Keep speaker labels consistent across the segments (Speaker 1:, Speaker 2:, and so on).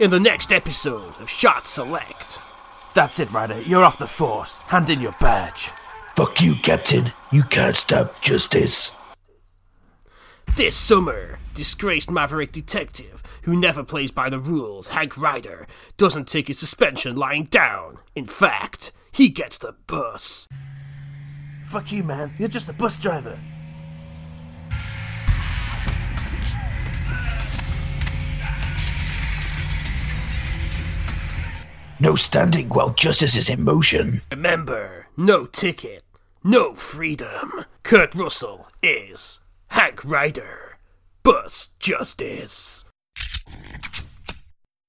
Speaker 1: in the next episode of Shot Select. That's it, Ryder. You're off the force. Hand in your badge.
Speaker 2: Fuck you, Captain. You can't stop justice.
Speaker 1: This summer, disgraced Maverick detective who never plays by the rules, Hank Ryder, doesn't take his suspension lying down. In fact, he gets the bus.
Speaker 3: Fuck you, man. You're just a bus driver.
Speaker 2: No standing while justice is in motion.
Speaker 1: Remember, no ticket, no freedom. Kurt Russell is Hank Ryder. Bus Justice.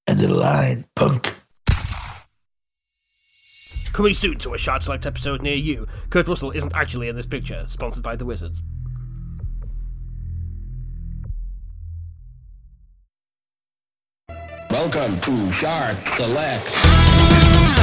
Speaker 2: End of the line, punk.
Speaker 1: Coming soon to a Shard Select episode near you. Kurt Russell isn't actually in this picture, sponsored by the Wizards.
Speaker 4: Welcome to Shark Select.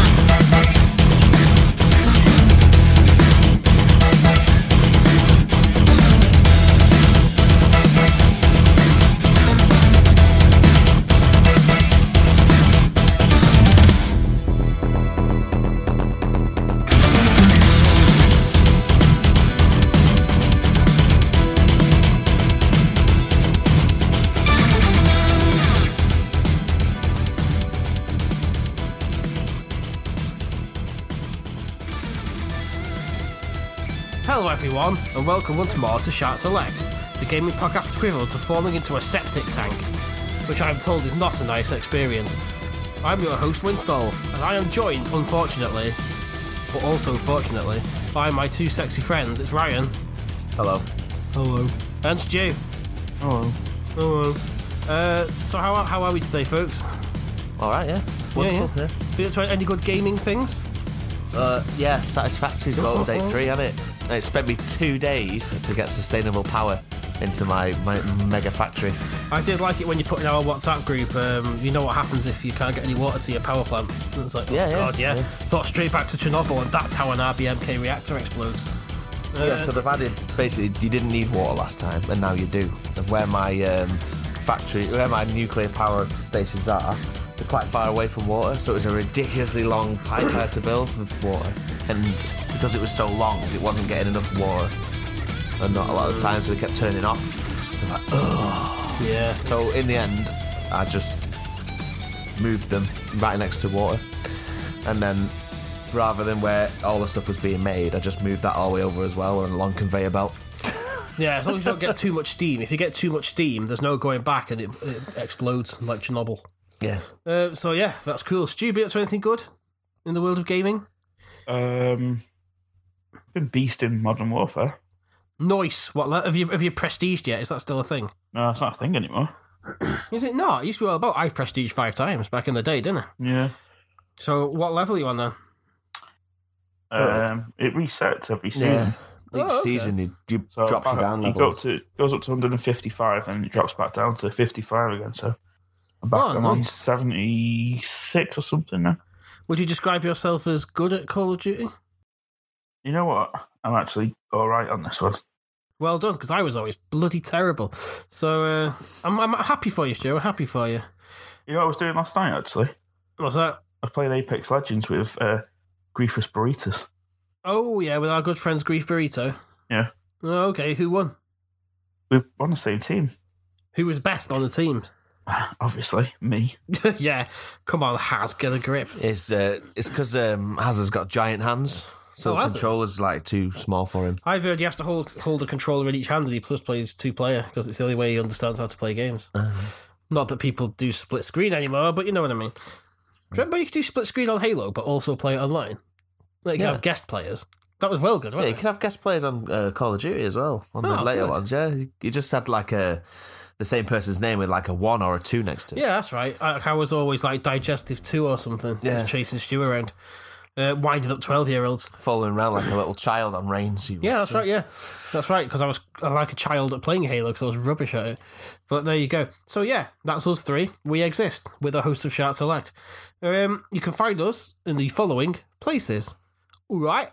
Speaker 1: Hello, everyone, and welcome once more to Shard Select, the gaming podcast equivalent to falling into a septic tank, which I am told is not a nice experience. I'm your host, Winstall, and I am joined, unfortunately, but also fortunately, by my two sexy friends. It's Ryan.
Speaker 3: Hello.
Speaker 1: Hello. And Stu.
Speaker 3: Hello.
Speaker 1: Hello. Uh, so, how are, how are we today, folks?
Speaker 5: Alright, yeah. Wonderful, yeah.
Speaker 1: Been up to any good gaming things?
Speaker 5: Uh, yeah, Satisfactory's got update three, hasn't it? And it spent me two days to get sustainable power into my, my mega factory.
Speaker 1: I did like it when you put in our WhatsApp group. Um, you know what happens if you can't get any water to your power plant. And it's like, oh
Speaker 5: Yeah, yeah,
Speaker 1: god, yeah.
Speaker 5: yeah.
Speaker 1: Thought straight back to Chernobyl, and that's how an RBMK reactor explodes.
Speaker 5: yeah, so they've added basically you didn't need water last time, and now you do. And where my um, factory, where my nuclear power stations are, they're quite far away from water, so it was a ridiculously long pipe I had to build with water. And because it was so long, it wasn't getting enough water, and not a lot of time, so they kept turning off. So it's like,
Speaker 1: Yeah.
Speaker 5: So in the end, I just moved them right next to water, and then rather than where all the stuff was being made, I just moved that all the way over as well on a long conveyor belt.
Speaker 1: Yeah, as long as you don't get too much steam. If you get too much steam, there's no going back and it, it explodes like Chernobyl.
Speaker 5: Yeah.
Speaker 1: Uh, so yeah, that's cool. Stu, be up to anything good in the world of gaming?
Speaker 6: Um, been beast in Modern Warfare.
Speaker 1: Nice. What le- have you have you prestiged yet? Is that still a thing?
Speaker 6: No, it's not a thing anymore.
Speaker 1: Is it not? It used to be all about. I've prestiged five times back in the day, didn't I?
Speaker 6: Yeah.
Speaker 1: So what level are you on then?
Speaker 5: Uh,
Speaker 6: Um, it resets every season.
Speaker 5: Each
Speaker 1: Oh, okay.
Speaker 5: season you, you
Speaker 6: So
Speaker 5: drops you
Speaker 6: back-
Speaker 5: down
Speaker 6: you go
Speaker 5: levels.
Speaker 6: up to goes up to 155 and it drops back down to 55 again. So I'm back
Speaker 1: Oh,
Speaker 6: on
Speaker 1: nice.
Speaker 6: 76 or something now.
Speaker 1: Would you describe yourself as good at Call of Duty?
Speaker 6: You know what? I'm actually all right on this one.
Speaker 1: Well done, because I was always bloody terrible. So uh, I'm, I'm happy for you, Stu. I'm happy for you.
Speaker 6: You know what I was doing last night actually?
Speaker 1: What's that?
Speaker 6: I was playing Apex Legends with uh, Griefus Burritos.
Speaker 1: Oh yeah, with our good friends Grief Burrito.
Speaker 6: Yeah.
Speaker 1: Oh, Okay, who won?
Speaker 6: We were on the same team,
Speaker 1: Who was best on the teams?
Speaker 6: obviously. Me.
Speaker 1: yeah, come on, Has get a grip.
Speaker 5: It's uh, it's because um, Hazard's got giant hands, so
Speaker 1: Oh,
Speaker 5: the
Speaker 1: has it?
Speaker 5: controller's like too small for him.
Speaker 1: I've heard you have to hold hold a controller in each hand, and he plus plays two player because it's the only way he understands how to play games.
Speaker 5: Uh-huh.
Speaker 1: Not that people do split screen anymore, but you know what I mean. Remember, you could do split screen on Halo, but also play it online. Like, you can
Speaker 5: Yeah.
Speaker 1: have guest players. That was well good,
Speaker 5: Yeah,
Speaker 1: wasn't
Speaker 5: you
Speaker 1: it?
Speaker 5: can have guest players on uh, Call of Duty as well on
Speaker 1: Oh,
Speaker 5: the later
Speaker 1: good.
Speaker 5: ones. Yeah, you just had like a the same person's name with like a one or a two next to it.
Speaker 1: Yeah, that's right. I, I was always like digestive two or something.
Speaker 5: Yeah.
Speaker 1: Just chasing Stu around, uh, winding up twelve year olds.
Speaker 5: following around like a little child on reins. You
Speaker 1: Yeah, that's right. Yeah, that's right. Because I was uh, like a child at playing Halo because I was rubbish at it. But there you go. So yeah, that's us three. We exist with a host of Shout Select. Um, you can find us in the following places. All right.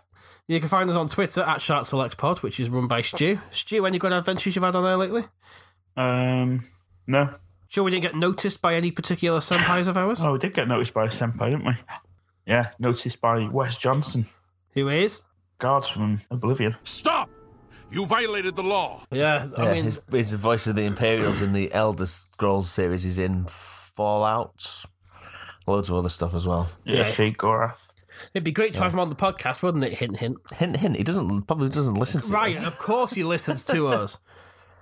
Speaker 1: You can find us on Twitter at Shout Select Pod, which is run by Stu. Stu, any good adventures you've had on there lately?
Speaker 6: Um, no,
Speaker 1: Sure, we didn't get noticed by any particular senpais of ours?
Speaker 6: Oh, we did get noticed by a senpai, didn't we? Yeah, noticed by Wes Johnson,
Speaker 1: Who is?
Speaker 6: guards from Oblivion.
Speaker 7: Stop! You violated the law.
Speaker 1: Yeah, I
Speaker 5: yeah,
Speaker 1: mean,
Speaker 5: his, his voice of the Imperials in the Elder Scrolls series is in Fallout, loads of other stuff as well.
Speaker 6: Yeah,
Speaker 1: Yeah.
Speaker 6: Shade Gorath.
Speaker 1: it'd be great to have him on the podcast, wouldn't it? Hint, hint.
Speaker 5: Hint, hint. He doesn't probably doesn't listen to
Speaker 1: Ryan,
Speaker 5: us.
Speaker 1: of course he listens to us.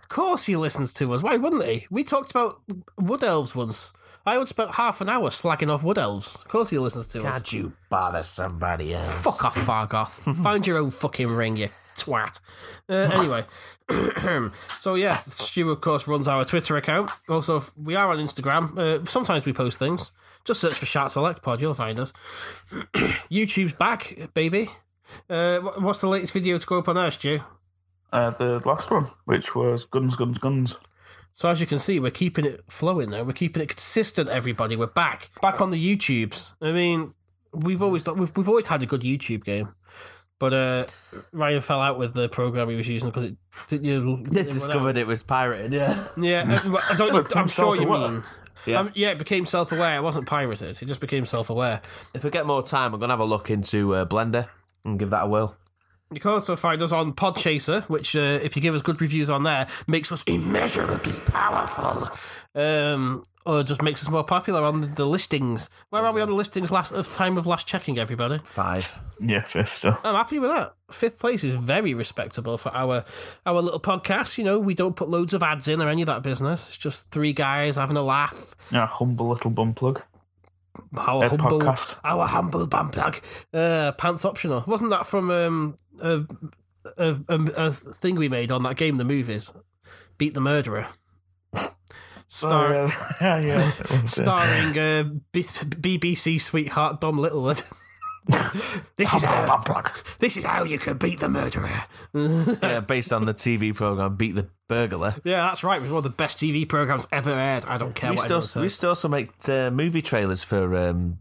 Speaker 1: Of course he listens to us. Why wouldn't he? We talked about wood elves once. I would spent half an hour slagging off wood elves. Of course he listens to us.
Speaker 5: Can't you bother somebody else?
Speaker 1: Fuck off, Fargoth. Find your own fucking ring, you twat. Uh, anyway, so yeah, Stu, of course, runs our Twitter account. Also, f- we are on Instagram. Uh, sometimes we post things. Just search for Shat Select Pod, you'll find us. YouTube's back, baby. Uh, wh- what's the latest video to go up on there, Stu?
Speaker 6: Uh, the last one, which was Guns, Guns, Guns.
Speaker 1: So as you can see, we're keeping it flowing now. We're keeping it consistent. Everybody, we're back, back on the YouTubes. I mean, we've always done, we've, we've always had a good YouTube game, but uh, Ryan fell out with the program he was using because it did you
Speaker 5: They discovered it was pirated. Yeah.
Speaker 1: Yeah, uh, well, I
Speaker 6: Well, it
Speaker 1: don't,
Speaker 6: became
Speaker 1: I'm sure you
Speaker 6: self-aware.
Speaker 1: mean. Yeah.
Speaker 5: Yeah.
Speaker 1: Um, yeah, it became self-aware. It wasn't pirated. It just became self-aware.
Speaker 5: If we get more time, I'm gonna have a look into uh, Blender and give that a whirl.
Speaker 1: You can also find us on Podchaser, which, uh, if you give us good reviews on there, makes us immeasurably powerful. Um, or just makes us more popular on the, the listings. Where are we on the listings last of time of last checking, everybody?
Speaker 5: Five.
Speaker 6: Yeah, fifth. So
Speaker 1: I'm happy with that. Fifth place is very respectable for our our little podcast. You know, we don't put loads of ads in or any of that business. It's just three guys having a laugh.
Speaker 6: yeah, humble little bum plug.
Speaker 1: Our
Speaker 6: Ed
Speaker 1: humble,
Speaker 6: podcast.
Speaker 1: our humble bum plug. Uh, pants optional. Wasn't that from um, a, a, a, a thing we made on that game, the movies? Beat the murderer. Star,
Speaker 6: Uh, yeah, Oh, yeah. That was it.
Speaker 1: Starring uh, B- BBC sweetheart Dom Littlewood. this is how, this is how you can beat the murderer.
Speaker 5: yeah, based on the TV program Beat the Burglar.
Speaker 1: Yeah, that's right. It was one of the best TV programs ever aired. I don't care
Speaker 5: We
Speaker 1: what
Speaker 5: still,
Speaker 1: anyone
Speaker 5: we
Speaker 1: says.
Speaker 5: still also make uh, movie trailers for um,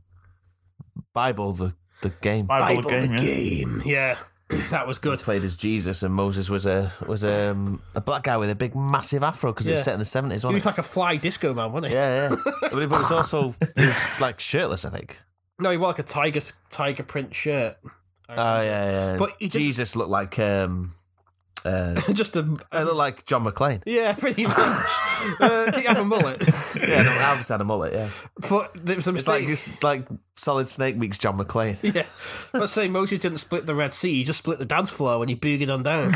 Speaker 5: Bible the the game.
Speaker 6: Bible,
Speaker 1: Bible
Speaker 6: game,
Speaker 1: the
Speaker 6: yeah.
Speaker 1: game. Yeah, that was good.
Speaker 5: Played as Jesus and Moses was a was um, a black guy with a big massive afro because it
Speaker 1: Yeah.
Speaker 5: was set in the seventies,
Speaker 1: He
Speaker 5: wasn't
Speaker 1: was
Speaker 5: it?
Speaker 1: like a fly disco man, wasn't he?
Speaker 5: yeah, yeah. but it was also he was like shirtless, I think.
Speaker 1: No, he wore like a tiger tiger print shirt.
Speaker 5: Oh yeah, yeah.
Speaker 1: But he didn't-
Speaker 5: Jesus looked like um, uh,
Speaker 1: Just a
Speaker 5: I looked like John McClane.
Speaker 1: yeah, pretty much. uh, did he have a mullet?
Speaker 5: Yeah, no, I just had a mullet. Yeah,
Speaker 1: But there was a
Speaker 5: it's like
Speaker 1: mistake.
Speaker 5: it's like Solid Snake meets John McClane.
Speaker 1: yeah. Let's say Moses didn't split the Red Sea; he just split the dance floor when he boogied on down.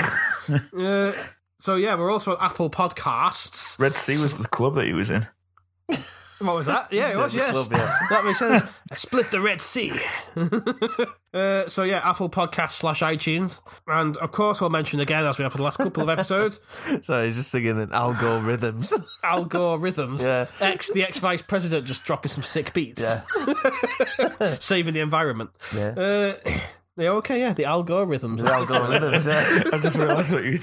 Speaker 1: uh, so yeah, we're also on Apple Podcasts.
Speaker 6: Red Sea was the club that he was in.
Speaker 1: What was that? Yeah, it was.
Speaker 5: the
Speaker 1: Yes,
Speaker 5: club, yeah.
Speaker 1: that makes sense. I split the Red Sea. uh, so yeah, Apple Podcasts slash iTunes, and of course we'll mention again as we have for the last couple of episodes.
Speaker 5: So he's just singing in algorithms.
Speaker 1: Al Gore rhythms.
Speaker 5: Yeah.
Speaker 1: Ex the ex vice president just dropping some sick beats.
Speaker 5: Yeah.
Speaker 1: Saving the environment.
Speaker 5: Yeah.
Speaker 1: Uh, yeah, okay, yeah, the Al Gore rhythms.
Speaker 5: algorithms.
Speaker 6: I just realised what you.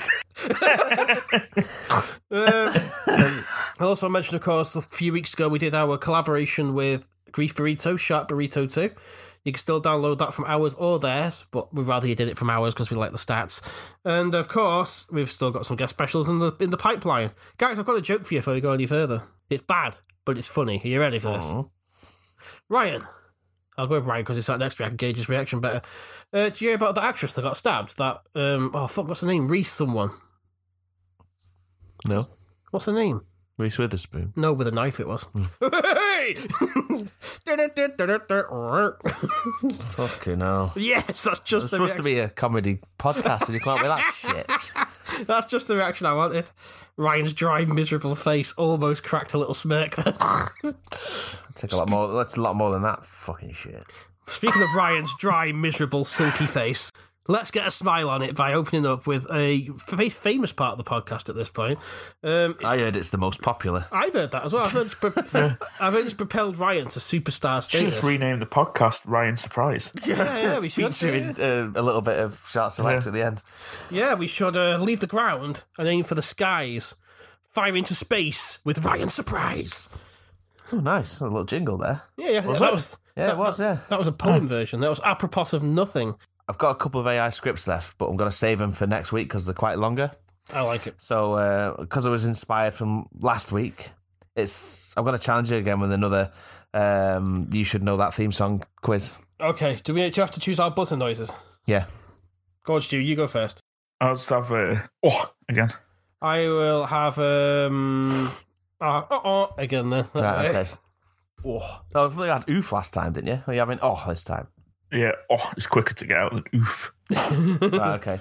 Speaker 1: I also mentioned, of course, a few weeks ago we did our collaboration with Grief Burrito, Sharp Burrito 2. You can still download that from ours or theirs, but we'd rather you did it from ours because we like the stats. And of course, we've still got some guest specials in the in the pipeline. Guys, I've got a joke for you before we go any further. It's bad, but it's funny. Are you ready for this?
Speaker 5: Oh,
Speaker 1: Ryan. I'll go with Ryan because he sat next to me. I can gauge his reaction better. Uh, do you hear about the actress that got stabbed? That, um, oh, fuck, what's her name? Reese someone.
Speaker 5: No,
Speaker 1: What's her name?
Speaker 5: Reese Witherspoon.
Speaker 1: No, with a knife it was.
Speaker 5: Hmm. Fucking hell.
Speaker 1: yes, that's
Speaker 5: It's
Speaker 1: just the
Speaker 5: supposed
Speaker 1: reaction.
Speaker 5: to be a comedy podcast, and you can't with that shit.
Speaker 1: that's just the reaction I wanted. Ryan's dry, miserable face almost cracked a little smirk. There.
Speaker 5: It's like a lot more. That's a lot more than that fucking shit.
Speaker 1: Speaking of Ryan's dry, miserable, silky face, let's get a smile on it by opening up with a fa- famous part of the podcast at this point. Um,
Speaker 5: I heard it's the most popular.
Speaker 1: I've heard that as well. I've heard, it's pro- I've heard it's propelled Ryan to superstar
Speaker 6: Should
Speaker 1: status.
Speaker 6: have renamed the podcast Ryan Surprise.
Speaker 1: yeah, yeah, we should.
Speaker 5: Featuring uh, a little bit of Shark Select at the end.
Speaker 1: Yeah, we should uh, leave the ground and aim for the skies. Fire into space with Ryan Surprise.
Speaker 5: Oh, nice. A little jingle there.
Speaker 1: Yeah, yeah,
Speaker 6: Was
Speaker 1: that
Speaker 6: it?
Speaker 1: was
Speaker 5: Yeah, it was, yeah.
Speaker 1: that was a poem version. That was apropos of nothing.
Speaker 5: I've got a couple of AI scripts left, but I'm going to save them for next week because they're quite longer.
Speaker 1: I like it.
Speaker 5: uh, So, because I was inspired from last week, It's. I'm going to challenge you again with another. Um, you should know that theme song quiz.
Speaker 1: Okay, do we do you have to choose our buzzer noises?
Speaker 5: Yeah.
Speaker 1: Go on, Stu, you go first.
Speaker 6: I'll just have uh, oh again.
Speaker 1: I will have um uh, uh, uh, again then.
Speaker 5: Right, okay. Oh, no, I thought you had oof last time, didn't you? Are you having oh this time?
Speaker 6: Yeah, oh, it's quicker to get out than oof.
Speaker 5: right, okay.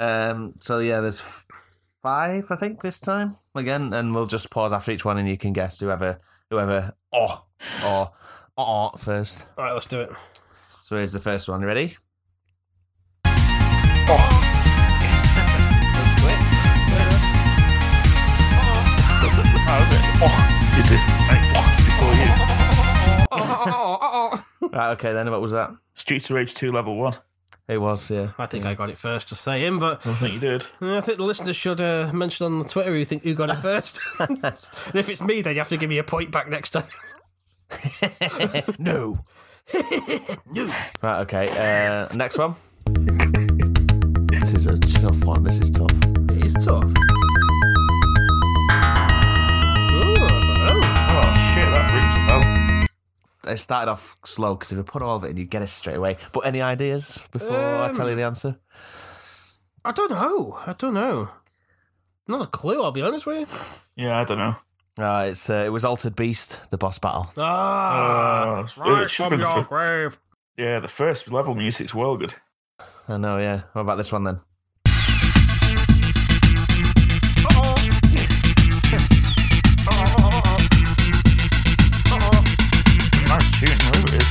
Speaker 5: Um, so yeah, there's f- five, I think, this time again, and we'll just pause after each one, and you can guess whoever, whoever, oh, or oh, oh, first.
Speaker 1: All right, let's do it.
Speaker 5: So here's the first one. You ready?
Speaker 6: How is it? Oh, you did. Like, oh, before you.
Speaker 5: Right, okay. Then what was that?
Speaker 6: Streets of Rage 2 level 1.
Speaker 5: It was yeah.
Speaker 1: I think I got it first, just saying, but
Speaker 6: I think you did.
Speaker 1: uh, I think the listeners should uh, mention on Twitter who think who got it first. and if it's me, then you have to give me a point back next time.
Speaker 5: No. Right, okay. Uh, next one. This is a tough one. This is tough.
Speaker 1: It is tough. Ooh, I don't know.
Speaker 6: Oh, shit, that rings a bell.
Speaker 5: It started off slow because if you put all of it in, you get it straight away. But any ideas before I tell you the answer?
Speaker 1: I don't know. I don't know. Not a clue. I'll be honest with you.
Speaker 6: Yeah, I don't know.
Speaker 5: Uh, it's uh, it was Altered Beast, the boss battle.
Speaker 1: Ah,
Speaker 6: Uh, it should have been the fir-
Speaker 1: grave.
Speaker 6: yeah, the first level music's well good.
Speaker 5: I know, yeah. What about this one then?
Speaker 6: Nice tune, whoever it is.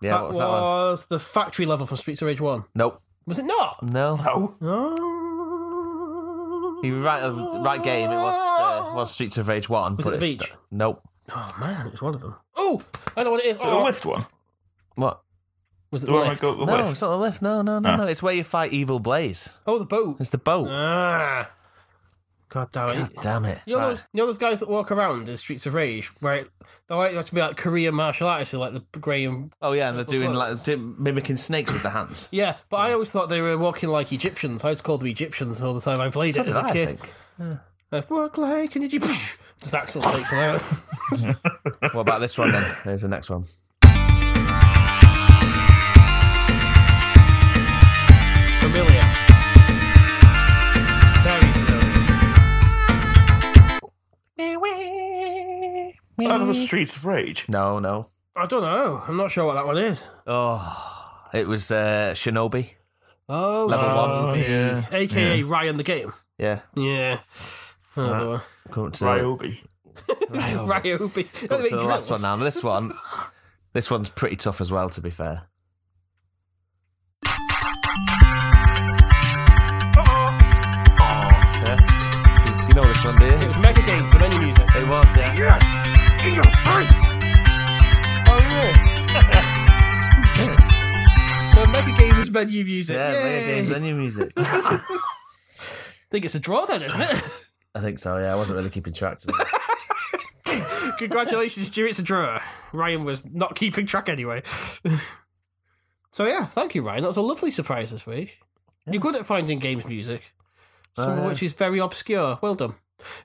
Speaker 5: Yeah,
Speaker 1: that
Speaker 5: what
Speaker 1: was,
Speaker 5: was that one?
Speaker 1: the factory level from Streets of Rage One.
Speaker 5: Nope.
Speaker 1: Was it not?
Speaker 5: No.
Speaker 6: Oh,
Speaker 1: Oh,
Speaker 5: You were right, uh, right game. It was uh, was Streets of Rage One.
Speaker 1: Was
Speaker 5: but
Speaker 1: it the
Speaker 5: it's-
Speaker 1: beach?
Speaker 5: Nope.
Speaker 1: oh man, it was one of them. Oh, I know what it is.
Speaker 6: the
Speaker 1: Oh,
Speaker 6: lift one.
Speaker 5: What?
Speaker 1: Was it
Speaker 6: The
Speaker 1: the
Speaker 6: one I
Speaker 1: lift?
Speaker 6: got the
Speaker 5: No,
Speaker 6: lift.
Speaker 5: it's not the lift. No, no, no,
Speaker 6: Ah.
Speaker 5: no. It's where you fight Evil Blaze.
Speaker 1: Oh, the boat.
Speaker 5: It's the boat.
Speaker 1: Ah, God damn it.
Speaker 5: God damn it.
Speaker 1: You know,
Speaker 5: Right.
Speaker 1: those, you know those guys that walk around in Streets of Rage, right? They like they have to be like Korean martial artists, so like the grey and
Speaker 5: Oh yeah, and they're doing like do- mimicking snakes with the hands.
Speaker 1: yeah. But I always thought they were walking like Egyptians. I was called them Egyptians all the time I played
Speaker 5: So
Speaker 1: it as a
Speaker 5: did I, I
Speaker 1: kid.
Speaker 5: think.
Speaker 1: Like, walk like an Egyptian. Just Axel takes them out.
Speaker 5: What about this one then? Here's the next one.
Speaker 1: Familiar. Very familiar.
Speaker 6: Is that another Streets of Rage?
Speaker 5: No, no.
Speaker 1: I don't know. I'm not sure what that one is.
Speaker 5: Oh, it was uh, Shinobi.
Speaker 1: Oh,
Speaker 5: Level
Speaker 1: so-
Speaker 5: one.
Speaker 6: yeah.
Speaker 1: AKA Ryan the game.
Speaker 5: Yeah.
Speaker 1: Yeah. Oh, Another one.
Speaker 5: Come to
Speaker 6: Uh, Ryobi.
Speaker 1: Ryobi.
Speaker 5: Come to the last one now. This one, this one's pretty tough as well. To be fair. Oh, yeah. You know this one, do you?
Speaker 1: It was Mega Game for any music.
Speaker 5: It was, yeah.
Speaker 1: Oh, yeah. well, Mega Game is menu music.
Speaker 5: Yeah,
Speaker 1: Yay.
Speaker 5: Mega Games venue music. I
Speaker 1: I think it's a draw then, isn't it?
Speaker 5: think so, yeah. I wasn't really keeping track to it.
Speaker 1: Congratulations, Stu. It's a draw. Ryan was not keeping track anyway. so yeah, thank you, Ryan. That was a lovely surprise this week. You're good at finding games music, some of
Speaker 5: yeah.
Speaker 1: which is very obscure. Well done.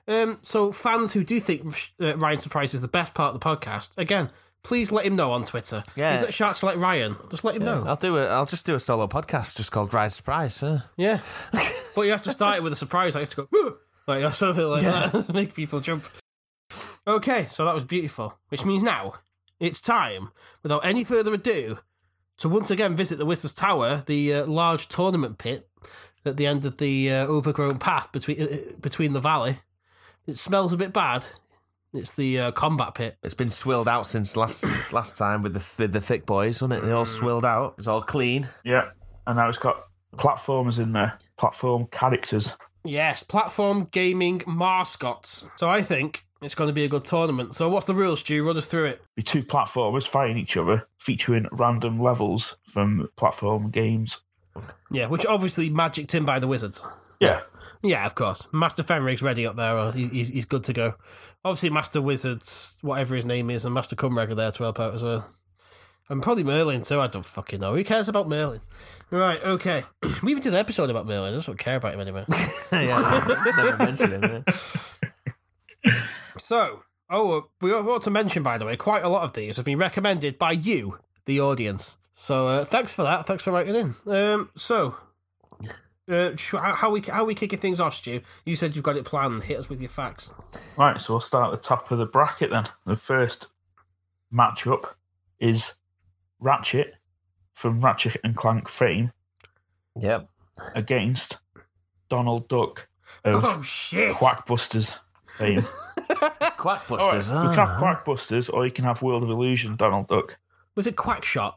Speaker 1: Um, so fans who do think uh, Ryan's surprise is the best part of the podcast, again, please let him know on Twitter.
Speaker 5: Yeah.
Speaker 1: He's at Sharks like Ryan. Just let him know.
Speaker 5: I'll do a, I'll just do a solo podcast just called Ride Surprise, huh?
Speaker 1: Yeah. but you have to start it with a surprise. I have to go, "Woo!" like or something like that, make people jump. Okay, so that was beautiful. Which means now it's time, without any further ado, to once again visit the Whistler's Tower, the uh, large tournament pit at the end of the uh, overgrown path between uh, between the valley. It smells a bit bad. It's the uh, combat pit.
Speaker 5: It's been swilled out since last last time with the th- the thick boys, wasn't it? They all swilled out. It's all clean.
Speaker 6: Yeah, and now it's got platformers in there. Platform characters.
Speaker 1: Yes, platform gaming mascots. So I think it's going to be a good tournament. So what's the rules, Stu? Run us through it.
Speaker 6: Be two platformers fighting each other, featuring random levels from platform games.
Speaker 1: Yeah, which obviously magicked in by the wizards.
Speaker 6: Yeah,
Speaker 1: Yeah, of course. Master Fenrig's ready up there. Or he, he's, he's good to go. Obviously, Master Wizards, whatever his name is, and Master Cumrag are there to help out as well. And probably Merlin too. I don't fucking know. Who cares about Merlin? Right, okay. we even did an episode about Merlin. I just don't care about him anymore.
Speaker 5: yeah, never mention him. yeah.
Speaker 1: So, oh, uh, we ought to mention, by the way, quite a lot of these have been recommended by you, the audience. So, uh, thanks for that. Thanks for writing in. Um, so, uh, sh- how how we how we kicking things off, Stu? You said you've got it planned. Hit us with your facts.
Speaker 6: Right, so we'll start at the top of the bracket then. The first matchup is Ratchet from Ratchet and Clank fame
Speaker 5: Yep.
Speaker 6: against Donald Duck of
Speaker 1: Oh shit!
Speaker 6: Quackbusters fame.
Speaker 5: Quackbusters.
Speaker 6: You can have
Speaker 5: ah.
Speaker 6: Quackbusters or you can have World of Illusion, Donald Duck.
Speaker 1: Was it Quackshot?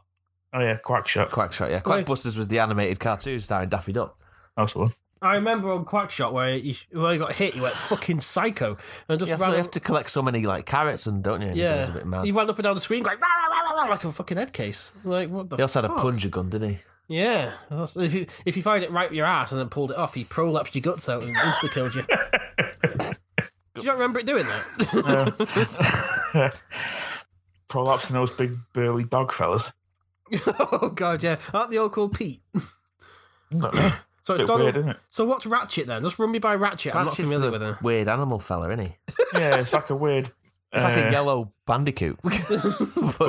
Speaker 6: Oh yeah, Quackshot.
Speaker 5: Quackshot, yeah. Quackbusters was the animated cartoon starring Daffy Duck.
Speaker 6: That's the one.
Speaker 1: I remember on Quackshot where you where you got hit, you went fucking psycho and just
Speaker 5: You have,
Speaker 1: ran.
Speaker 5: you
Speaker 1: up-
Speaker 5: have to collect so many like carrots and don't you? It goes a
Speaker 1: yeah,
Speaker 5: bit mad.
Speaker 1: you ran up and down the screen going "Rah, rah, rah, rah, rah," like a fucking head case. Like what the?
Speaker 5: He also had a
Speaker 1: fuck?
Speaker 5: plunger gun, didn't he?
Speaker 1: Yeah, that's, if you if you find it right with your ass and then pulled it off, he prolapsed your guts out and insta killed you. Do you not remember it doing that?
Speaker 6: Prolapsing Uh, those big burly dog fellas.
Speaker 1: oh god, yeah. Aren't they all called Pete?
Speaker 6: Don't know.
Speaker 1: So
Speaker 6: Bit
Speaker 1: it's Donald.
Speaker 6: weird, isn't it?
Speaker 1: So what's Ratchet then? Just run me by Ratchet. I'm not
Speaker 5: Ratchet's
Speaker 1: familiar
Speaker 5: the
Speaker 1: with her.
Speaker 5: Weird animal fella, isn't he?
Speaker 6: Yeah, it's like a weird. uh,
Speaker 5: It's like a yellow bandicoot. But,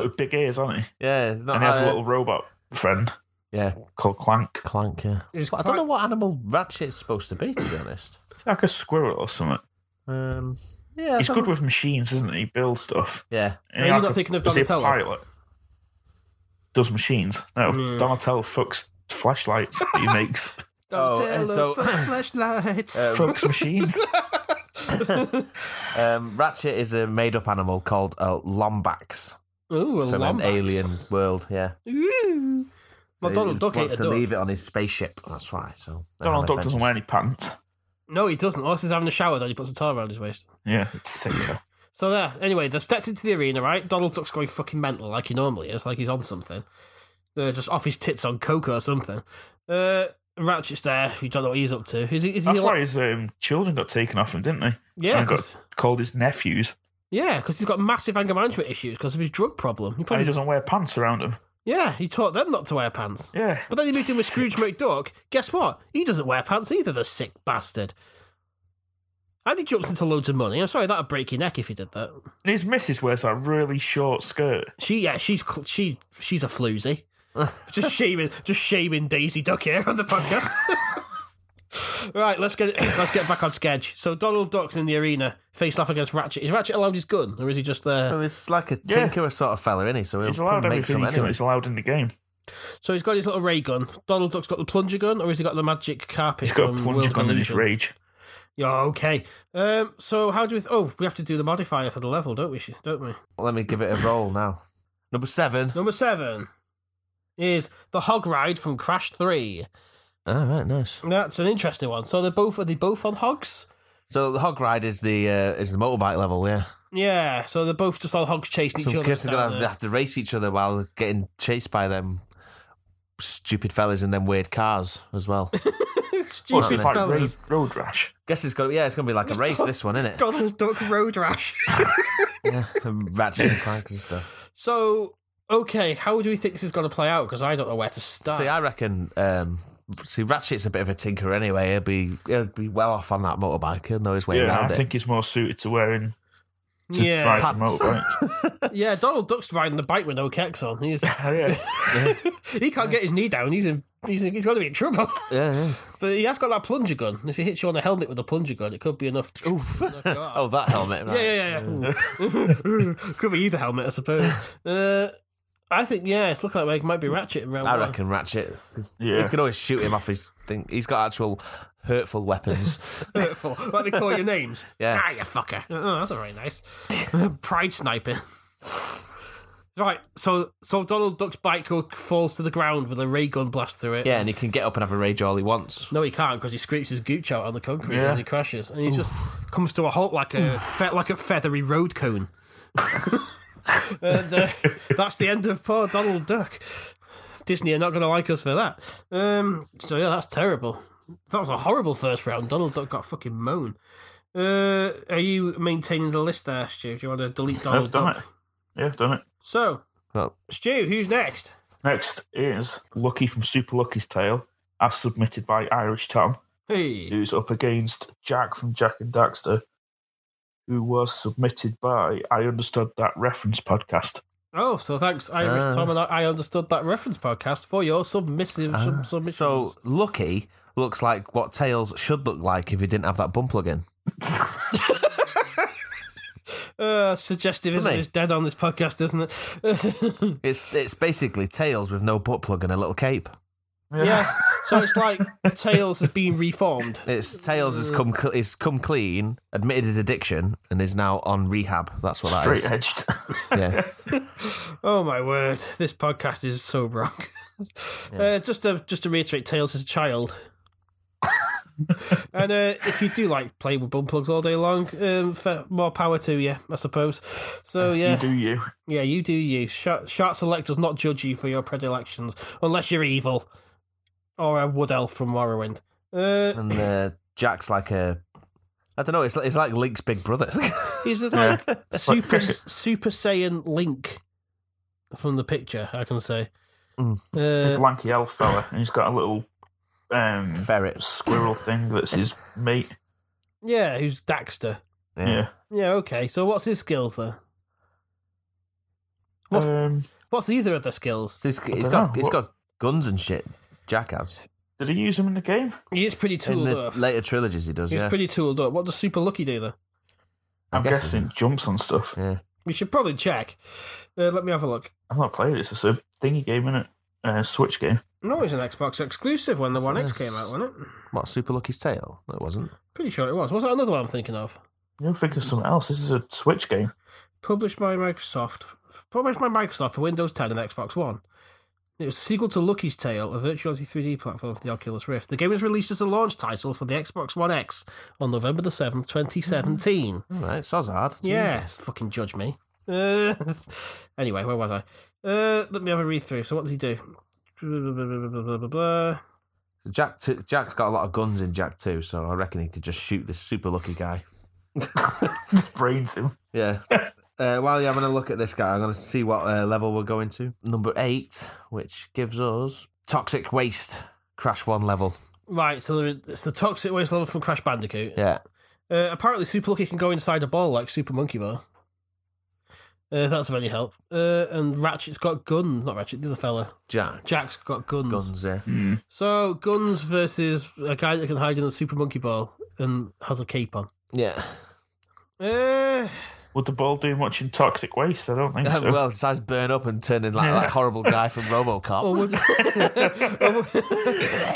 Speaker 6: with big ears, aren't he?
Speaker 5: yeah, it's not.
Speaker 6: And he has a
Speaker 5: uh,
Speaker 6: little robot friend
Speaker 5: yeah,
Speaker 6: called Clank.
Speaker 5: clank. Yeah.
Speaker 1: It's
Speaker 5: Well, I don't know what animal Ratchet's supposed to be, to be honest.
Speaker 6: It's like a squirrel or something.
Speaker 5: Um, yeah, I
Speaker 6: He's
Speaker 5: don't
Speaker 6: good
Speaker 5: know.
Speaker 6: with machines, isn't he? He builds stuff.
Speaker 5: Yeah,
Speaker 1: Are you
Speaker 6: like
Speaker 1: not
Speaker 6: a-
Speaker 1: thinking of
Speaker 6: is he a
Speaker 1: Donatello? Hmm.
Speaker 6: pilot? Does machines. No, Donatello fucks flashlights that he makes.
Speaker 1: Don't
Speaker 5: Oh,
Speaker 1: tell
Speaker 5: uh, so- Uh,
Speaker 1: her for flashlights.
Speaker 6: fucks machines.
Speaker 5: um, Ratchet is a made-up animal called a Lombax
Speaker 1: Ooh, a
Speaker 5: from
Speaker 1: lombax.
Speaker 5: an alien world. Yeah,
Speaker 1: Ooh. Well,
Speaker 5: He
Speaker 1: Donald Duck ate
Speaker 5: wants
Speaker 1: a
Speaker 5: to
Speaker 1: duck.
Speaker 5: leave it on his spaceship. That's right. So they're
Speaker 6: Donald
Speaker 5: having
Speaker 6: Duck doesn't
Speaker 5: adventures.
Speaker 6: wear any pants.
Speaker 1: No, he doesn't. Unless he's having a shower, then he puts a towel around his waist.
Speaker 6: Yeah, it's sicker.
Speaker 1: So there. Anyway, they've stepped into the arena, right? Donald Duck's going fucking mental, like he normally is, like he's on something. They're just off his tits on coke or something. Uh, Ratchet's there. You don't know what he's up to. Is he? Is
Speaker 6: That's
Speaker 1: he
Speaker 6: why
Speaker 1: like,
Speaker 6: his um, children got taken off him, didn't they?
Speaker 1: yeah,
Speaker 6: and got
Speaker 1: because
Speaker 6: called his nephews.
Speaker 1: he's got massive anger management issues because of his drug problem. He
Speaker 6: And
Speaker 1: probably,
Speaker 6: he doesn't wear pants around him.
Speaker 1: yeah, he taught them not to wear pants.
Speaker 6: Yeah.
Speaker 1: But then you meet him with Scrooge McDuck. Guess what? He doesn't wear pants either, the sick bastard. And he jumps into loads of money. I'm sorry, that'd break your neck if you did that.
Speaker 6: And his missus wears that really short skirt.
Speaker 1: She, yeah, she's cl- she she's a floozy. just shaming, just shaming Daisy Duck here on the podcast. right, let's get let's get back on sketch. So Donald Duck's in the arena, faced off against Ratchet. Is Ratchet allowed his gun, or is he just there?
Speaker 6: Uh,
Speaker 5: So it's like a
Speaker 6: Yeah.
Speaker 5: tinkerer sort of fella, isn't he? So he'll
Speaker 6: He's allowed
Speaker 5: probably make
Speaker 6: everything
Speaker 5: some
Speaker 6: he can.
Speaker 5: anyway.
Speaker 6: He's allowed in the game.
Speaker 1: So he's got his little ray gun. Donald Duck's got the plunger gun, or has he got the magic carpet?
Speaker 6: He's got a
Speaker 1: from
Speaker 6: plunger
Speaker 1: World of
Speaker 6: gun in his
Speaker 1: Illusion?
Speaker 6: rage.
Speaker 1: Yeah, okay. Um, so how do we? Th- oh, we have to do the modifier for the level, don't we? sh- Don't we?
Speaker 5: Let me give it a roll now. Number seven.
Speaker 1: Number seven is the hog ride from Crash Three.
Speaker 5: All right, nice.
Speaker 1: That's an interesting one. So they're both are they both on hogs?
Speaker 5: So the hog ride is the uh, is the motorbike level, yeah.
Speaker 1: Yeah. So they're both just on hogs chasing each
Speaker 5: So
Speaker 1: other.
Speaker 5: kids are gonna
Speaker 1: down
Speaker 5: have,
Speaker 1: there.
Speaker 5: have to race each other while getting chased by them stupid fellas in them weird cars as well.
Speaker 6: Well,
Speaker 1: Stupid
Speaker 6: it's like road,
Speaker 1: fellas.
Speaker 6: road rash.
Speaker 5: Guess it's gonna yeah, it's gonna be like a race this one, isn't it?
Speaker 1: Donald Duck road rash.
Speaker 5: Yeah, ratchet and clank and stuff.
Speaker 1: so okay, how do we think this is going to play out? Because I don't know where to start.
Speaker 5: See, I reckon. Um, see, Ratchet's a bit of a tinker anyway. He'll be he'll be well off on that motorbike. He'll know his way
Speaker 6: Yeah, I
Speaker 5: around it.
Speaker 6: think he's more suited to wearing to
Speaker 1: Yeah.
Speaker 6: ride a
Speaker 5: Pants.
Speaker 6: motorbike.
Speaker 1: yeah, Donald Duck's riding the bike with no keks on. He's
Speaker 6: yeah.
Speaker 1: he can't get his knee down. He's in. He's, in- he's going to be in trouble.
Speaker 5: Yeah, yeah.
Speaker 1: But he has got that plunger gun. If he hits you on the helmet with a plunger gun, it could be enough. To...
Speaker 5: Oof. oh, that helmet. Right.
Speaker 1: Yeah, yeah, yeah. yeah. could be either helmet, I suppose. Uh, I think, yeah, it's looking like it might be Ratchet in round
Speaker 5: I
Speaker 1: one.
Speaker 5: reckon Ratchet. You
Speaker 6: Yeah.
Speaker 5: can always shoot him off his thing. He's got actual hurtful weapons.
Speaker 1: Hurtful. like they call your names.
Speaker 5: Yeah.
Speaker 1: Ah, you fucker. Oh, that's all right, nice. Pride sniping. Right, so so Donald Duck's bike go- falls to the ground with a ray gun blast through it.
Speaker 5: yeah, and he can get up and have a rage all he wants.
Speaker 1: No, he can't because he scrapes his gooch out on the concrete
Speaker 6: Yeah.
Speaker 1: as he crashes, and he just comes to a halt like a fe- like a feathery road cone. and uh, that's the end of poor Donald Duck. Disney are not going to like us for that. Um, so yeah, that's terrible. That was a horrible first round. Donald Duck got fucking moan. Uh, are you maintaining the list there, Stu? Do you want to delete Donald
Speaker 6: I've done
Speaker 1: Duck?
Speaker 6: it. Yeah, I've done it.
Speaker 1: So,
Speaker 5: Well,
Speaker 1: Stu, who's next?
Speaker 6: Next is Lucky from Super Lucky's Tale, as submitted by Irish Tom,
Speaker 1: Hey,
Speaker 6: who's up against Jack from Jack and Daxter, who was submitted by I Understood That Reference podcast.
Speaker 1: Oh, so thanks, Irish Tom, and I, I understood that reference podcast for your submissive sub- submissions.
Speaker 5: Ah. So Lucky looks like what Tails should look like if he didn't have that bum plug in.
Speaker 1: uh, suggestive isn't
Speaker 5: Doesn't
Speaker 1: it?
Speaker 5: he?
Speaker 1: It's dead on this podcast, isn't it?
Speaker 5: It's it's basically Tails with no butt plug and a little cape.
Speaker 1: yeah. So it's like Tails has been reformed.
Speaker 5: It's Tails has come cl- is come clean, admitted his addiction, and is now on rehab. That's what that is.
Speaker 6: Straight edged.
Speaker 5: Yeah.
Speaker 1: Oh my word, this podcast is so wrong. uh, just to just to reiterate, Tails is a child. and uh, if you do like playing with bum plugs all day long, um, fa- more power to you, I suppose. So yeah,
Speaker 6: You do you.
Speaker 1: yeah, you do you. Shart, Shart Select does not judge you for your predilections unless you're evil or a wood elf from Morrowind. Uh,
Speaker 5: And uh, Jack's like a, I don't know. It's like, it's like Link's big brother.
Speaker 1: he's the
Speaker 6: Yeah.
Speaker 1: like, super Super Saiyan Link from the picture. I can say.
Speaker 5: Mm.
Speaker 1: Uh,
Speaker 6: Lanky elf fella, and he's got a little um,
Speaker 5: Ferret.
Speaker 6: squirrel thing that's his mate.
Speaker 1: yeah, who's Daxter?
Speaker 5: Yeah.
Speaker 1: Yeah, okay. So what's his skills though? What's
Speaker 6: Um,
Speaker 1: what's either of the skills?
Speaker 5: So he's, he's
Speaker 6: don't
Speaker 5: got
Speaker 6: know.
Speaker 5: he's
Speaker 6: What-
Speaker 5: got guns and shit. Jack has
Speaker 6: did he use him in the game?
Speaker 1: He is pretty
Speaker 5: in
Speaker 1: tooled
Speaker 5: the
Speaker 1: up.
Speaker 5: later trilogies. He does.
Speaker 1: He's
Speaker 5: Yeah.
Speaker 1: pretty tooled up. What does Super Lucky do though?
Speaker 6: I'm,
Speaker 5: I'm guessing.
Speaker 6: guessing. jumps on stuff.
Speaker 5: yeah.
Speaker 1: We should probably check. Uh, let me have a look.
Speaker 6: I've not played it. It's just a thingy game, innit? Uh, Switch game.
Speaker 1: No, it's an Xbox exclusive when the One X
Speaker 5: Yes.
Speaker 1: came out, wasn't it?
Speaker 5: What Super Lucky's tail? It wasn't.
Speaker 1: Pretty sure it was. Was that another one I'm thinking of?
Speaker 6: You're thinking of something else. This is a Switch game.
Speaker 1: Published by Microsoft. Published by Microsoft for Windows 10 and Xbox One. It was a sequel to Lucky's Tale, a virtual reality 3D platform for the Oculus Rift. The game was released as a launch title for the Xbox One X on November the 7th, 2017.
Speaker 5: All right. So hard.
Speaker 1: Yeah, fucking judge me. Uh, anyway, where was I? Uh, let me have a read through. So, what does he do?
Speaker 5: Jack t- Jack's got a lot of guns in Jack too, so I reckon he could just shoot this super lucky guy.
Speaker 6: Brains him.
Speaker 5: Yeah. uh, while you're having a look at this guy, I'm going to see what uh, level we're going to. Number eight, which gives us toxic waste. Crash one level.
Speaker 1: Right, so there- it's the toxic waste level from Crash Bandicoot.
Speaker 5: Yeah.
Speaker 1: Uh, apparently, Super Lucky can go inside a ball like Super Monkey Ball. Uh, that's of any help. Uh, and Ratchet's got guns. Not Ratchet, the other fella.
Speaker 5: Jack.
Speaker 1: Jack's got guns. Mm.
Speaker 5: Guns. Yeah.
Speaker 1: So, guns versus a guy that can hide in a Super Monkey Ball and has a cape on.
Speaker 5: Yeah.
Speaker 1: Uh,
Speaker 6: Would the ball do much in toxic waste? I don't think so.
Speaker 5: Uh, well, it size burn up and turn in like that horrible guy from RoboCop.
Speaker 1: or would- or would-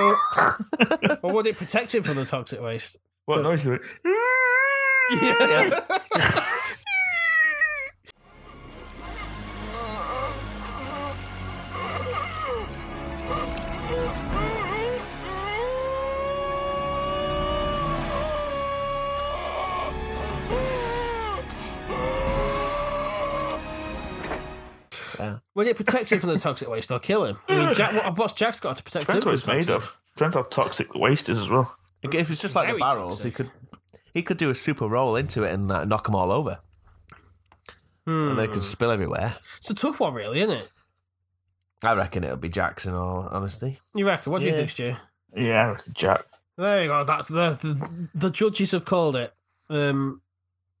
Speaker 5: Kill me.
Speaker 1: or, or would it protect him from the toxic waste?
Speaker 6: what noise is it?
Speaker 1: Would it protect him from the toxic waste or kill him? I mean, Jack, what, what's Jack's got to protect him
Speaker 6: Depends
Speaker 1: from
Speaker 6: what it's made
Speaker 1: toxic?
Speaker 6: of. Depends how toxic the waste is as well.
Speaker 5: If it's just like
Speaker 1: Very
Speaker 5: the barrels, he
Speaker 1: toxic.
Speaker 5: could he could do a super roll into it and uh, knock them all over. And they
Speaker 6: Hmm.
Speaker 5: could spill everywhere.
Speaker 1: It's a tough one, really, isn't it?
Speaker 5: I reckon it'll be Jack's in all honesty.
Speaker 1: You reckon? What do you
Speaker 5: Yeah.
Speaker 1: think, Stu?
Speaker 6: Yeah, I reckon Jack.
Speaker 1: There you go. That's the the, the judges have called it. Um,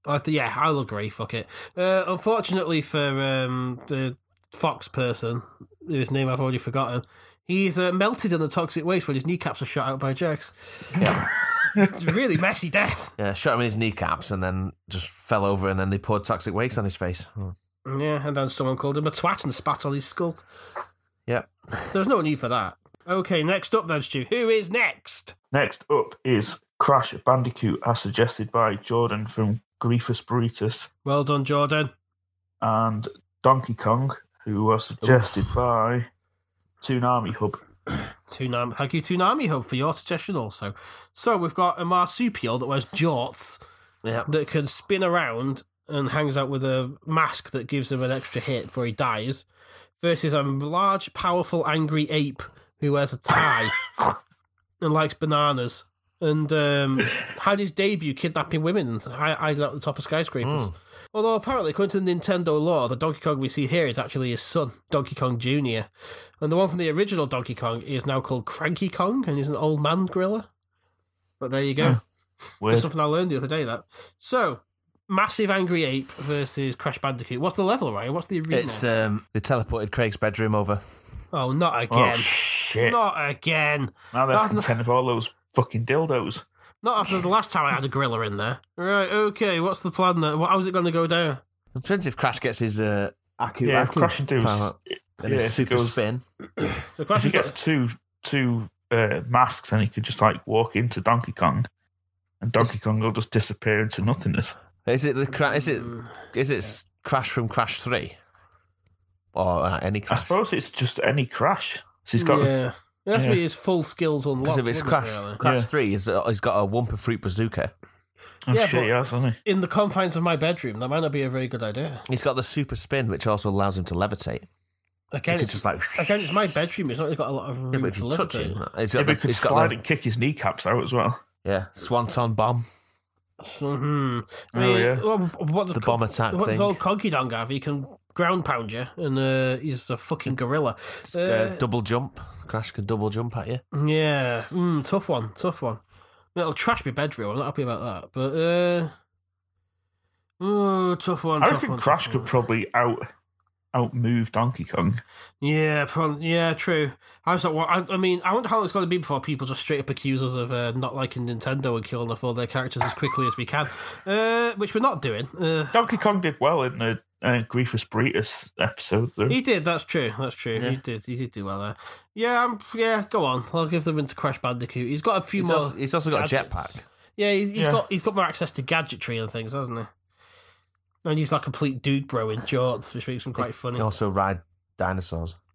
Speaker 1: I th- yeah, I'll agree. Fuck it. Uh, unfortunately for um, the Fox person, whose name I've already forgotten, he's uh, melted in the toxic waste when his kneecaps are shot out by Jax. it's a really messy death.
Speaker 5: Yeah, shot him in his kneecaps and then just fell over and then they poured toxic waste on his face. Hmm.
Speaker 1: Yeah, and then someone called him a twat and spat on his skull.
Speaker 5: Yep.
Speaker 1: There's no need for that. Okay, next up then, Stu. Who is next?
Speaker 6: Next up is Crash Bandicoot, as suggested by Jordan from Griefus Brutus
Speaker 1: Well done, Jordan.
Speaker 6: and Donkey Kong, who was suggested by Toonami Hub.
Speaker 1: Toonami. Thank you, Toonami Hub, for your suggestion also. So we've got a marsupial that wears jorts
Speaker 5: Yeah.
Speaker 1: that can spin around and hangs out with a mask that gives him an extra hit before he dies, versus a large, powerful, angry ape who wears a tie and likes bananas and um, had his debut kidnapping women and hi- hiding out the top of skyscrapers. Although apparently, according to the Nintendo lore, the Donkey Kong we see here is actually his son, Donkey Kong Jr. And the one from the original Donkey Kong is now called Cranky Kong and is an old man gorilla. But there you go.
Speaker 6: Hmm. Weird.
Speaker 1: That's something I learned the other day. That so massive angry ape versus Crash Bandicoot. What's the level, right? What's the arena?
Speaker 5: It's um, they teleported Craig's bedroom over.
Speaker 1: oh, not
Speaker 6: Oh
Speaker 1: again!
Speaker 6: shit!
Speaker 1: not again!
Speaker 6: now they're
Speaker 1: that's-
Speaker 6: content with all those fucking dildos.
Speaker 1: Not after the last time I had a griller in there. Right. Okay. What's the plan? There? How's it going to go down?
Speaker 5: It depends if Crash gets his uh, Aku
Speaker 6: Yeah,
Speaker 5: Aku
Speaker 6: Crash and Deuce.
Speaker 5: power and
Speaker 6: Yeah,
Speaker 5: his
Speaker 6: if it
Speaker 5: super
Speaker 6: goes-
Speaker 5: spin.
Speaker 1: So
Speaker 6: If
Speaker 1: Crash
Speaker 6: he
Speaker 1: has
Speaker 6: gets
Speaker 1: got
Speaker 6: two two uh, masks, and he could just like walk into Donkey Kong, and Donkey Kong will just disappear into nothingness.
Speaker 5: Is it the cra- is it
Speaker 6: Hmm.
Speaker 5: is it s- Crash from Crash Three or uh, any
Speaker 6: I
Speaker 5: Crash?
Speaker 6: suppose it's just any Crash. So he's got
Speaker 1: yeah. It has to be
Speaker 6: yeah.
Speaker 1: his full skills unlocked.
Speaker 5: Because if it's
Speaker 1: wouldn't it,
Speaker 5: Crash,
Speaker 1: really?
Speaker 5: Crash
Speaker 6: Yeah.
Speaker 5: Three, he's, uh, he's got a Wumpa Fruit Bazooka.
Speaker 6: oh,
Speaker 1: Yeah,
Speaker 6: shit,
Speaker 1: but-
Speaker 6: he has, hasn't he?
Speaker 1: in the confines of my bedroom, that might not be a very good idea.
Speaker 5: He's got the super spin, which also allows him to levitate. He
Speaker 1: Again,
Speaker 5: could
Speaker 1: it's
Speaker 5: just like
Speaker 1: again, it's my bedroom. It's not got a lot of
Speaker 5: Yeah,
Speaker 1: room
Speaker 5: but if
Speaker 1: to
Speaker 5: you
Speaker 1: live
Speaker 5: touch it,
Speaker 1: in.
Speaker 5: he's got
Speaker 6: Maybe
Speaker 5: the,
Speaker 6: he could
Speaker 5: he's got
Speaker 6: slide
Speaker 5: the-
Speaker 6: and kick his kneecaps out as well.
Speaker 5: yeah swanton bomb,
Speaker 1: So, hmm. I
Speaker 6: Oh,
Speaker 1: mean,
Speaker 6: yeah.
Speaker 1: well, what does
Speaker 5: the bomb attack
Speaker 1: What does
Speaker 5: thing,
Speaker 1: old Conky Dong have? He can ground pound you, and uh, he's a fucking gorilla.
Speaker 5: uh, double jump. Crash can double jump at you.
Speaker 1: Yeah, mm, tough one, tough one. It'll trash my bedroom. I'm not happy about that, but uh, ooh, tough one.
Speaker 6: I
Speaker 1: tough
Speaker 6: reckon
Speaker 1: one,
Speaker 6: Crash
Speaker 1: tough
Speaker 6: could
Speaker 1: one.
Speaker 6: probably out outmove Donkey Kong.
Speaker 1: Yeah, pro- yeah, true. I was like, well, I, I mean, I wonder how long it's going to be before people just straight up accuse us of uh, not liking Nintendo and killing off all their characters as quickly as we can, uh, which we're not doing. Uh,
Speaker 6: Donkey Kong did well in the uh, Griefus Bretus episode, though.
Speaker 1: He did. That's true. That's true. He did. He did do well there. Yeah. I'm, yeah. Go on. I'll give them into Crash Bandicoot. He's got a few
Speaker 5: He's
Speaker 1: more.
Speaker 5: also, he's also got a
Speaker 1: gadgets.
Speaker 5: jetpack.
Speaker 1: Yeah. He's, he's
Speaker 6: Yeah.
Speaker 1: got. He's got more access to gadgetry and things, hasn't he? And he's like a complete dude bro in jorts, which makes him quite funny.
Speaker 5: He also ride dinosaurs.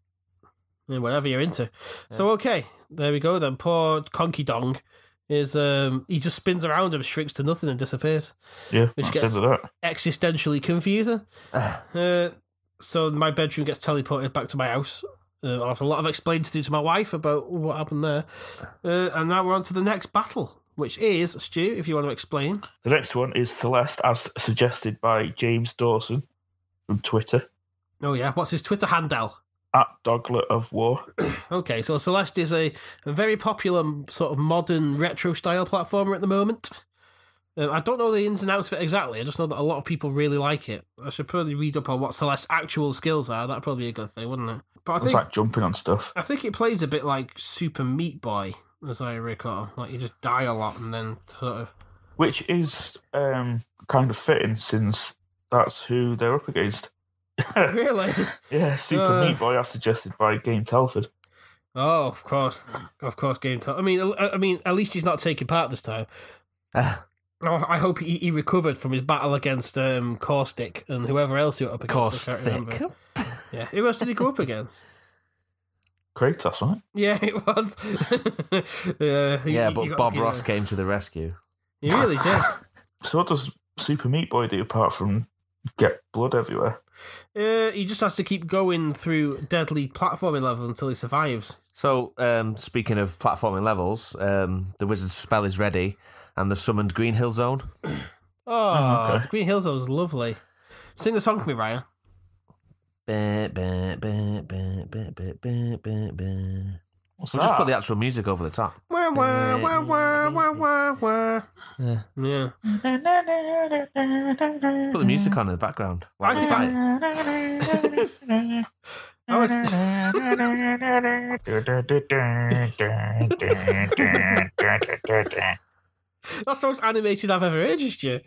Speaker 1: Yeah, whatever you're into. So okay, there we go. Then poor Conky Dong is um he just spins around and shrinks to nothing and disappears.
Speaker 6: yeah,
Speaker 1: which
Speaker 6: that's
Speaker 1: gets-
Speaker 6: the end of that.
Speaker 1: Existentially confusing. uh, so my bedroom gets teleported back to my house. Uh, I'll have a lot of explaining to do to my wife about what happened there. Uh, and now we're on to the next battle, which is Stu. If you want to explain,
Speaker 6: The next one is Celeste, as suggested by James Dawson from Twitter,
Speaker 1: oh yeah, what's his Twitter handle?
Speaker 6: at Doglet of War.
Speaker 1: Okay, so Celeste is a, a very popular sort of modern retro style platformer at the moment. Um, I don't know the ins and outs of it exactly. I just know that a lot of people really like it. I should probably read up on what Celeste's actual skills are. That'd probably be a good thing, wouldn't it? But I
Speaker 6: It's
Speaker 1: think
Speaker 6: like jumping on stuff.
Speaker 1: I think it plays a bit like Super Meat Boy, as I recall. Like you just die a lot and then sort of
Speaker 6: Which is um, kind of fitting since that's who they're up against.
Speaker 1: really.
Speaker 6: Yeah, Super
Speaker 1: Uh,
Speaker 6: Meat Boy, as suggested by Game Telford.
Speaker 1: Oh, of course, of course, game time. I mean, I I mean, at least he's not taking part this time.
Speaker 5: Ah.
Speaker 1: Oh, I hope he, he recovered from his battle against um, Caustic and whoever else he went up against. I can't
Speaker 5: Caustic.
Speaker 1: remember. Yeah, who else did he go up against?
Speaker 6: Kratos, wasn't it?
Speaker 1: Yeah, it was. yeah, he-
Speaker 5: Yeah,
Speaker 1: he
Speaker 5: but
Speaker 1: got uh,
Speaker 5: Bob
Speaker 1: lucky
Speaker 5: Ross
Speaker 1: there.
Speaker 5: came to the rescue.
Speaker 1: He really did.
Speaker 6: So what does Super Meat Boy do apart from get blood everywhere?
Speaker 1: Uh, he just has to keep going through deadly platforming levels until he survives.
Speaker 5: So, um, speaking of platforming levels, um, the wizard's spell is ready, and they've summoned Green Hill Zone.
Speaker 1: Oh, the Green Hills was lovely. Sing the song for me, Ryan.
Speaker 5: Bah, bah, bah, bah, bah, bah, bah, bah, bah.
Speaker 6: What's
Speaker 5: We'll just
Speaker 6: Ah.
Speaker 5: put the actual music over the top.
Speaker 1: Wah, wah, wah, wah, wah, wah, wah.
Speaker 5: Yeah.
Speaker 1: Yeah.
Speaker 5: Put the
Speaker 6: Mm-hmm.
Speaker 5: music on in the background.
Speaker 1: I think I- I was- that's the most animated I've ever heard, just you.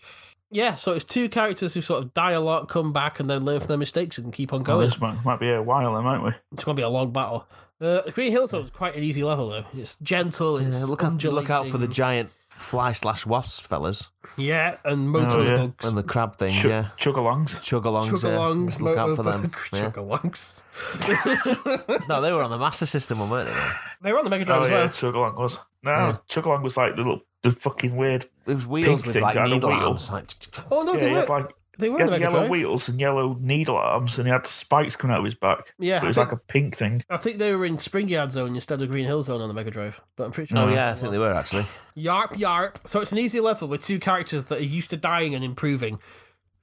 Speaker 1: Yeah, so it's two characters who sort of die a lot, come back, and then learn from their mistakes and keep on
Speaker 6: Oh,
Speaker 1: going.
Speaker 6: this might, might be a while then, might we?
Speaker 1: It's going to be a long battle. Uh, Green Hill Zone's quite an easy level, though. It's gentle, it's.
Speaker 5: Yeah, look, out, look out for the
Speaker 1: undulating.
Speaker 5: giant fly slash wasp fellas
Speaker 1: Yeah, and motor
Speaker 6: Oh, yeah.
Speaker 1: bugs.
Speaker 5: and the crab thing.
Speaker 6: Chug,
Speaker 5: yeah,
Speaker 6: Chug-alongs.
Speaker 5: chugalongs. Yeah.
Speaker 1: Chugalongs,
Speaker 5: Just Look out for them.
Speaker 1: motorbug-
Speaker 5: Yeah.
Speaker 1: Chugalongs.
Speaker 5: No, they were on the Master System, one, weren't they?
Speaker 1: They were on the Mega Drive
Speaker 6: Oh,
Speaker 1: as
Speaker 6: yeah,
Speaker 1: well.
Speaker 6: Chugalong was. No,
Speaker 5: Yeah.
Speaker 6: Chugalong was like the little, the fucking weird.
Speaker 5: It was wheels
Speaker 6: Pink
Speaker 5: with
Speaker 6: thing
Speaker 5: like
Speaker 6: got a
Speaker 5: needle
Speaker 6: wheel.
Speaker 5: arms. Like,
Speaker 1: Oh, no,
Speaker 6: yeah,
Speaker 1: they
Speaker 6: he
Speaker 1: were.
Speaker 6: had like
Speaker 1: they were
Speaker 6: he
Speaker 1: on
Speaker 6: had
Speaker 1: the Mega
Speaker 6: yellow
Speaker 1: Drive.
Speaker 6: wheels and yellow needle arms, and he had spikes coming out of his back.
Speaker 1: Yeah,
Speaker 6: But it was
Speaker 1: I
Speaker 6: like a pink thing.
Speaker 1: I think they were in Spring Yard Zone instead of Green Hill Zone on the Mega Drive, but I'm pretty sure.
Speaker 5: oh yeah, I think they were actually.
Speaker 1: Yarp, yarp. So it's an easy level with two characters that are used to dying and improving.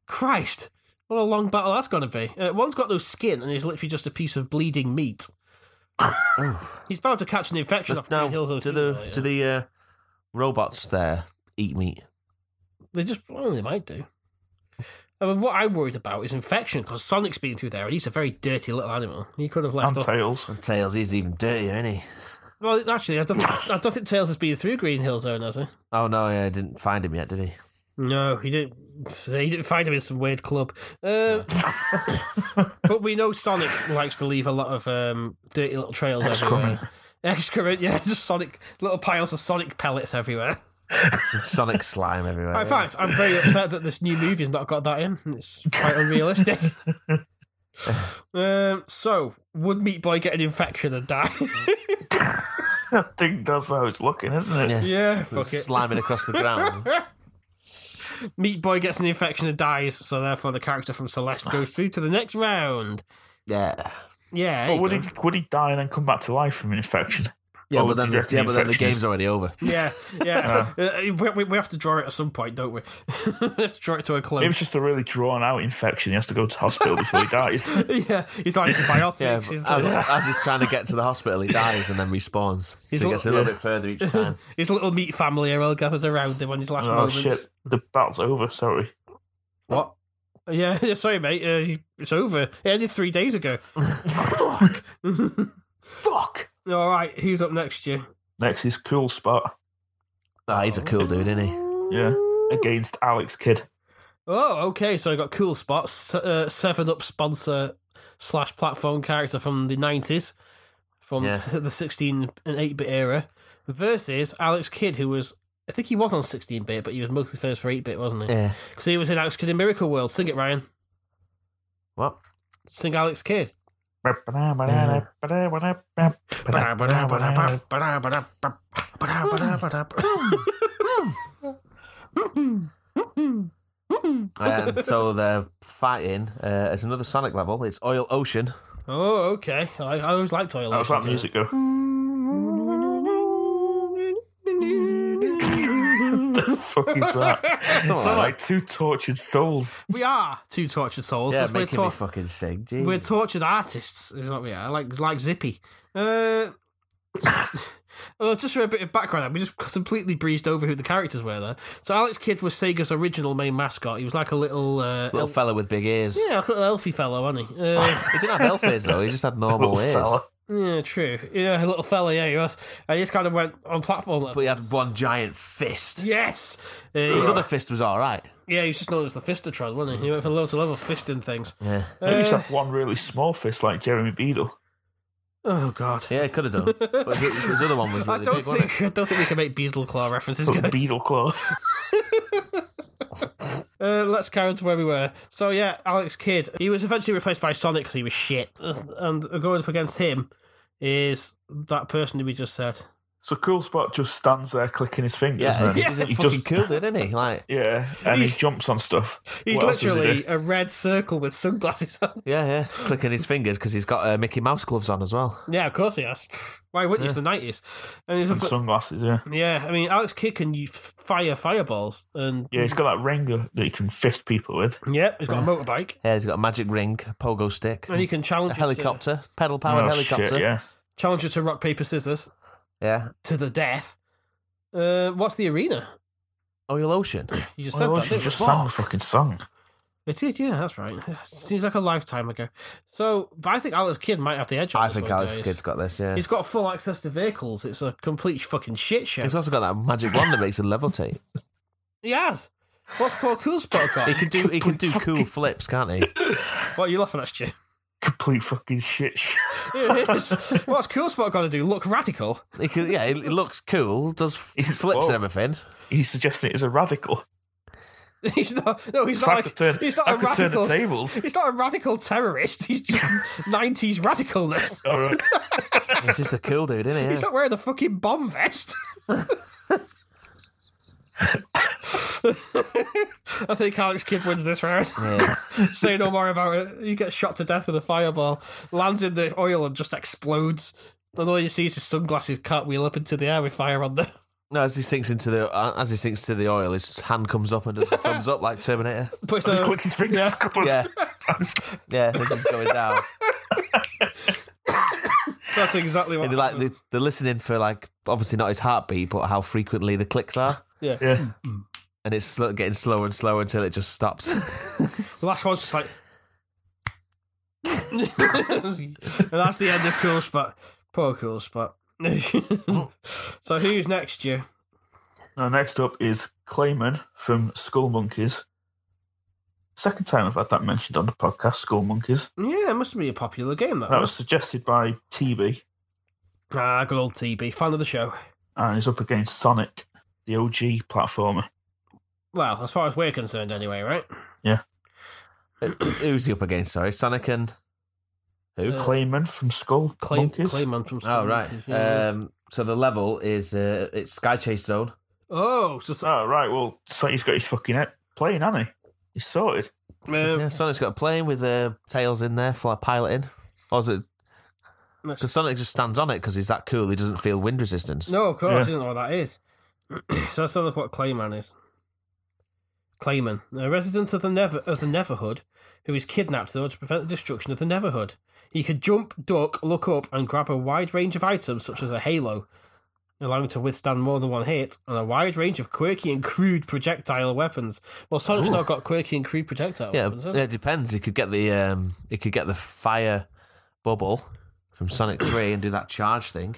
Speaker 1: Christ, what a long battle that's going to be. Uh, one's got no skin and is literally just a piece of bleeding meat. He's bound to catch an infection off
Speaker 5: now,
Speaker 1: Green Hills. Oh,
Speaker 5: do the do the uh, robots there eat meat.
Speaker 1: They just, well, they might do. I mean, what I'm worried about is infection because Sonic's been through there and he's a very dirty little animal. He could have left.
Speaker 6: And
Speaker 1: off-
Speaker 6: tails.
Speaker 5: And Tails, he's even dirtier, isn't he?
Speaker 1: well, actually, I don't, think, I don't think Tails has been through Green Hill Zone, has he?
Speaker 5: Oh no, yeah, I didn't find him yet, did he?
Speaker 1: No, he didn't. He didn't find him in some weird club. Uh, but we know Sonic likes to leave a lot of um, dirty little trails
Speaker 6: Excrement.
Speaker 1: everywhere. Excrement, yeah, just Sonic little piles of Sonic pellets everywhere.
Speaker 5: Sonic slime everywhere.
Speaker 1: In fact, I'm very upset that this new movie's not got that in. It's quite unrealistic. um, so, would Meat Boy get an infection and die?
Speaker 6: I think that's how it's looking, isn't it?
Speaker 5: Yeah.
Speaker 1: yeah,
Speaker 5: It was
Speaker 1: fuck it.
Speaker 5: Sliming across the ground.
Speaker 1: Meat Boy gets an infection and dies, so therefore the character from Celeste goes through to the next round.
Speaker 5: Yeah.
Speaker 1: Yeah. there
Speaker 6: But
Speaker 1: you
Speaker 6: would
Speaker 1: go.
Speaker 6: he would he die and then come back to life from an infection?
Speaker 5: Yeah,
Speaker 6: Or
Speaker 5: but
Speaker 6: do
Speaker 5: then
Speaker 6: you
Speaker 5: the,
Speaker 6: reckon
Speaker 5: yeah, but then the
Speaker 6: infection is-
Speaker 5: game's already over.
Speaker 1: Yeah, yeah. Uh, we, we- we have to draw it at some point, don't we? Let's draw it to a
Speaker 6: It was
Speaker 1: close.
Speaker 6: just a really drawn out infection. He has to go to hospital before he dies.
Speaker 1: yeah, he's on antibiotics.
Speaker 5: Yeah, but
Speaker 1: he's,
Speaker 5: as, as he's trying to get to the hospital, he dies and then respawns.
Speaker 1: He's
Speaker 5: so
Speaker 1: a
Speaker 5: he gets a
Speaker 1: little-
Speaker 5: little bit further each time.
Speaker 1: his little meat family are all gathered around him on his last
Speaker 6: oh shit!
Speaker 1: moments.
Speaker 6: The battle's over. Sorry.
Speaker 5: what?
Speaker 1: Yeah, yeah, sorry, mate. Uh, it's over. It ended three days ago.
Speaker 6: Fuck.
Speaker 1: All right, who's up next, you?
Speaker 6: Next is Cool Spot.
Speaker 5: Ah, he's a cool dude, isn't he?
Speaker 6: Yeah. Against Alex Kidd.
Speaker 1: Oh, okay. So I got cool spots. Uh, Seven Up sponsor slash platform character from the nineties, from
Speaker 5: Yeah.
Speaker 1: s- the sixteen and eight bit era, versus Alex Kidd, who was I think he was on sixteen bit, but he was mostly famous for eight bit, wasn't he?
Speaker 5: Yeah.
Speaker 1: Because he was in Alex Kidd in Miracle World. Sing it, Ryan.
Speaker 5: What?
Speaker 1: Sing Alex Kidd. Oh,
Speaker 6: That's
Speaker 5: And Um, so they're fighting uh, at another Sonic level. It's Oil Ocean.
Speaker 1: Oh, okay. I, I always liked Oil. Ocean,
Speaker 6: that
Speaker 1: so-
Speaker 6: music go. the fuck is that? It's not like two tortured souls.
Speaker 1: We are two tortured souls.
Speaker 5: Yeah,
Speaker 1: 'cause we're
Speaker 5: making me
Speaker 1: tor-
Speaker 5: fucking sick. Jeez.
Speaker 1: We're tortured artists, is what we are. Like like Zippy. Uh, well, just for a bit of background, we just completely breezed over who the characters were there. So Alex Kidd was Sega's original main mascot. He was like a little, uh,
Speaker 5: little
Speaker 1: elf-
Speaker 5: fella with big ears.
Speaker 1: yeah, like a little elfy fellow, wasn't he? Uh,
Speaker 5: He didn't have elf ears though. He just had normal
Speaker 6: Little
Speaker 5: ears.
Speaker 6: fella.
Speaker 1: yeah, true. Yeah, a little fella. Yeah, he was. And he just kind of went on platform.
Speaker 5: But he had one giant fist.
Speaker 1: yes. Uh,
Speaker 5: His other fist was all right.
Speaker 1: yeah, he was just known as the Fistatron, wasn't he? He went from level to level fisting things.
Speaker 5: Yeah,
Speaker 6: Maybe just
Speaker 1: Eh.
Speaker 6: have one really small fist like Jeremy Beadle.
Speaker 1: Oh God.
Speaker 5: yeah, could have done. But his, his other one was
Speaker 1: I
Speaker 5: really
Speaker 1: don't
Speaker 5: big, wasn't it?
Speaker 1: think I don't think we can make Beetle Claw references. guys.
Speaker 6: Beetle claw.
Speaker 1: Uh, let's carry on to where we were. So yeah, Alex Kidd. He was eventually replaced by Sonic because he was shit. And going up against him is that person who we just said.
Speaker 6: So Cool Spot just stands there clicking his fingers.
Speaker 5: Yeah,
Speaker 6: and
Speaker 5: he's a
Speaker 6: he
Speaker 5: fucking
Speaker 6: just-
Speaker 5: cool dude, isn't he? Like,
Speaker 6: Yeah, and he
Speaker 1: He's-
Speaker 6: jumps on stuff.
Speaker 1: He's
Speaker 6: What else does he
Speaker 1: literally
Speaker 6: do?
Speaker 1: a red circle with sunglasses on.
Speaker 5: yeah, yeah, clicking his fingers because he's got uh, Mickey Mouse gloves on as well.
Speaker 1: yeah, of course he has. Why wouldn't you? It's the nineties. And he's a,
Speaker 6: And sunglasses. Yeah,
Speaker 1: yeah, I mean Alex Kidd can you fire fireballs and
Speaker 6: yeah. He's got that ringer that you can fist people with.
Speaker 1: yep, he's got a motorbike
Speaker 5: Yeah, he's got a magic ring, a pogo stick,
Speaker 1: and he uh, can challenge you
Speaker 5: a
Speaker 1: to-
Speaker 5: helicopter, pedal powered
Speaker 6: Oh,
Speaker 5: helicopter.
Speaker 6: Shit, yeah.
Speaker 1: challenge you to rock paper scissors
Speaker 5: yeah.
Speaker 1: to the death. Uh, what's the arena?
Speaker 5: Oil Oh, Ocean.
Speaker 1: You Oh, just said
Speaker 6: Well,
Speaker 1: that. didn't
Speaker 6: you
Speaker 1: you?
Speaker 6: just found the fucking song.
Speaker 1: It did, yeah, that's right. Seems like a lifetime ago. So, but I think Alex Kidd might have the edge. On
Speaker 5: I
Speaker 1: this
Speaker 5: think
Speaker 1: one,
Speaker 5: Alex
Speaker 1: guys.
Speaker 5: Kidd's got this, yeah.
Speaker 1: He's got full access to vehicles. It's a complete fucking shit show.
Speaker 5: He's also got that magic wand that makes him levitate.
Speaker 1: He has. What's poor Cool Spot got?
Speaker 5: He can do he can do cool flips, can't he?
Speaker 1: what are you laughing at, Stu?
Speaker 6: Complete fucking shit. show.
Speaker 1: It is. What's Cool Spot got to do? Look radical.
Speaker 5: He can, yeah, he he looks cool, does f-
Speaker 6: He's-
Speaker 5: flips and
Speaker 6: whoa.
Speaker 5: everything.
Speaker 6: He's suggesting it is a radical.
Speaker 1: He's not. No, he's
Speaker 6: It's
Speaker 1: not. Like,
Speaker 6: like, I could turn,
Speaker 1: he's not
Speaker 6: I
Speaker 1: a
Speaker 6: could turn the
Speaker 1: radical.
Speaker 6: tables.
Speaker 1: He's not a radical terrorist. He's just nineties radicalness.
Speaker 6: All right.
Speaker 5: He's just a cool dude, isn't he?
Speaker 1: He's
Speaker 5: Yeah.
Speaker 1: not wearing a fucking bomb vest. I think Alex Kidd wins this round.
Speaker 5: Yeah.
Speaker 1: Say no more about it. You get shot to death with a fireball, lands in the oil, and just explodes. And all you see is his sunglasses cartwheel up into the air with fire on them.
Speaker 5: No, as he sinks into the uh, as he sinks to the oil, his hand comes up and does a thumbs up like Terminator.
Speaker 1: Puts
Speaker 6: He
Speaker 1: the-
Speaker 6: clicks his fingers
Speaker 1: yeah.
Speaker 6: a couple of
Speaker 5: Yeah,
Speaker 6: times.
Speaker 5: yeah, this is going down.
Speaker 1: That's exactly what.
Speaker 5: And they're like
Speaker 1: happens.
Speaker 5: they, they're listening for like obviously not his heartbeat, but how frequently the clicks are.
Speaker 1: Yeah.
Speaker 6: Yeah.
Speaker 5: and it's sl- getting slower and slower until it just stops.
Speaker 1: The last one's just like. and that's the end of Cool Spot. Poor Cool Spot. so who's next, Stu?
Speaker 6: Now, next up is Clayman from Skull Monkeys. Second time I've had that mentioned on the podcast, Skull Monkeys.
Speaker 1: Yeah, it must be a popular game, that,
Speaker 6: That
Speaker 1: one.
Speaker 6: was suggested by TB,
Speaker 1: Ah, good old TB. Fan of the show.
Speaker 6: and is up against Sonic, the OG platformer.
Speaker 1: Well, as far as we're concerned, anyway, right?
Speaker 5: Who's he up against? Sorry, Sonic and who?
Speaker 1: Uh,
Speaker 6: Clayman from Skull
Speaker 1: Clay,
Speaker 6: Monkeys.
Speaker 1: Clayman from Skull
Speaker 5: oh right.
Speaker 1: Monkeys, yeah.
Speaker 5: Um, so the level is uh, it's Sky Chase Zone.
Speaker 1: oh, so, so
Speaker 6: Oh, right. Well, Sonic's got his fucking head playing, hasn't he? He's sorted.
Speaker 1: um,
Speaker 5: yeah, Sonic's got a plane with uh, tails in there for piloting. Or is it?
Speaker 1: That's-
Speaker 5: Because Sonic just stands on it because he's that cool. He doesn't feel wind resistance.
Speaker 1: No, of course,
Speaker 6: Yeah.
Speaker 1: I didn't know what that is. so let's have a look what Clayman is. Clayman, a resident of the Never of the Neverhood, who is kidnapped in order to prevent the destruction of the Neverhood. He can jump, duck, look up, and grab a wide range of items such as a halo, allowing to withstand more than one hit, and a wide range of quirky and crude projectile weapons. Well, Sonic's not got quirky and crude projectile
Speaker 5: yeah, uh,
Speaker 1: weapons, has
Speaker 5: yeah,
Speaker 1: he?
Speaker 5: it depends. He could get the um, he could get the fire bubble from Sonic Three and do that charge thing,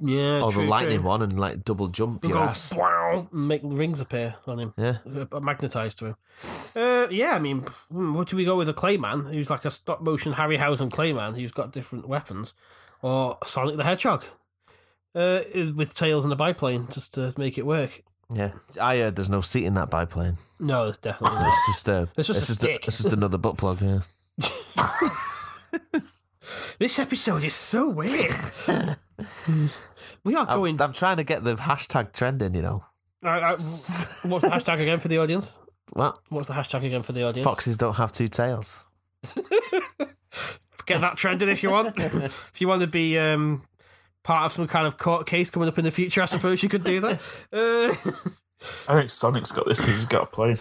Speaker 1: yeah
Speaker 5: or
Speaker 1: true,
Speaker 5: oh, the lightning
Speaker 1: true.
Speaker 5: one and like double jump
Speaker 1: He'll
Speaker 5: your
Speaker 1: go,
Speaker 5: ass.
Speaker 1: "Bwow," and make rings appear on him.
Speaker 5: Yeah,
Speaker 1: uh, magnetized to him. Uh, yeah, I mean, hmm, what do we go with a Clayman who's like a stop motion Harryhausen Clayman who's got different weapons, or Sonic the Hedgehog uh, with tails and a biplane just to make it work?
Speaker 5: yeah. I heard there's no seat in that biplane.
Speaker 1: No, there's definitely not.
Speaker 5: It's just a.
Speaker 1: It's just a stick.
Speaker 5: it's just another butt plug. Yeah.
Speaker 1: This episode is so weird. we are
Speaker 5: I'm,
Speaker 1: going.
Speaker 5: I'm trying to get the hashtag trending. You know.
Speaker 1: I, I, what's the hashtag again for the audience?
Speaker 5: What?
Speaker 1: What's the hashtag again for the audience?
Speaker 5: Foxes don't have two tails.
Speaker 1: get that trending if you want. if you want to be um, part of some kind of court case coming up in the future, I suppose you could do that. Uh,
Speaker 6: I think Sonic's got this because he's got a plane.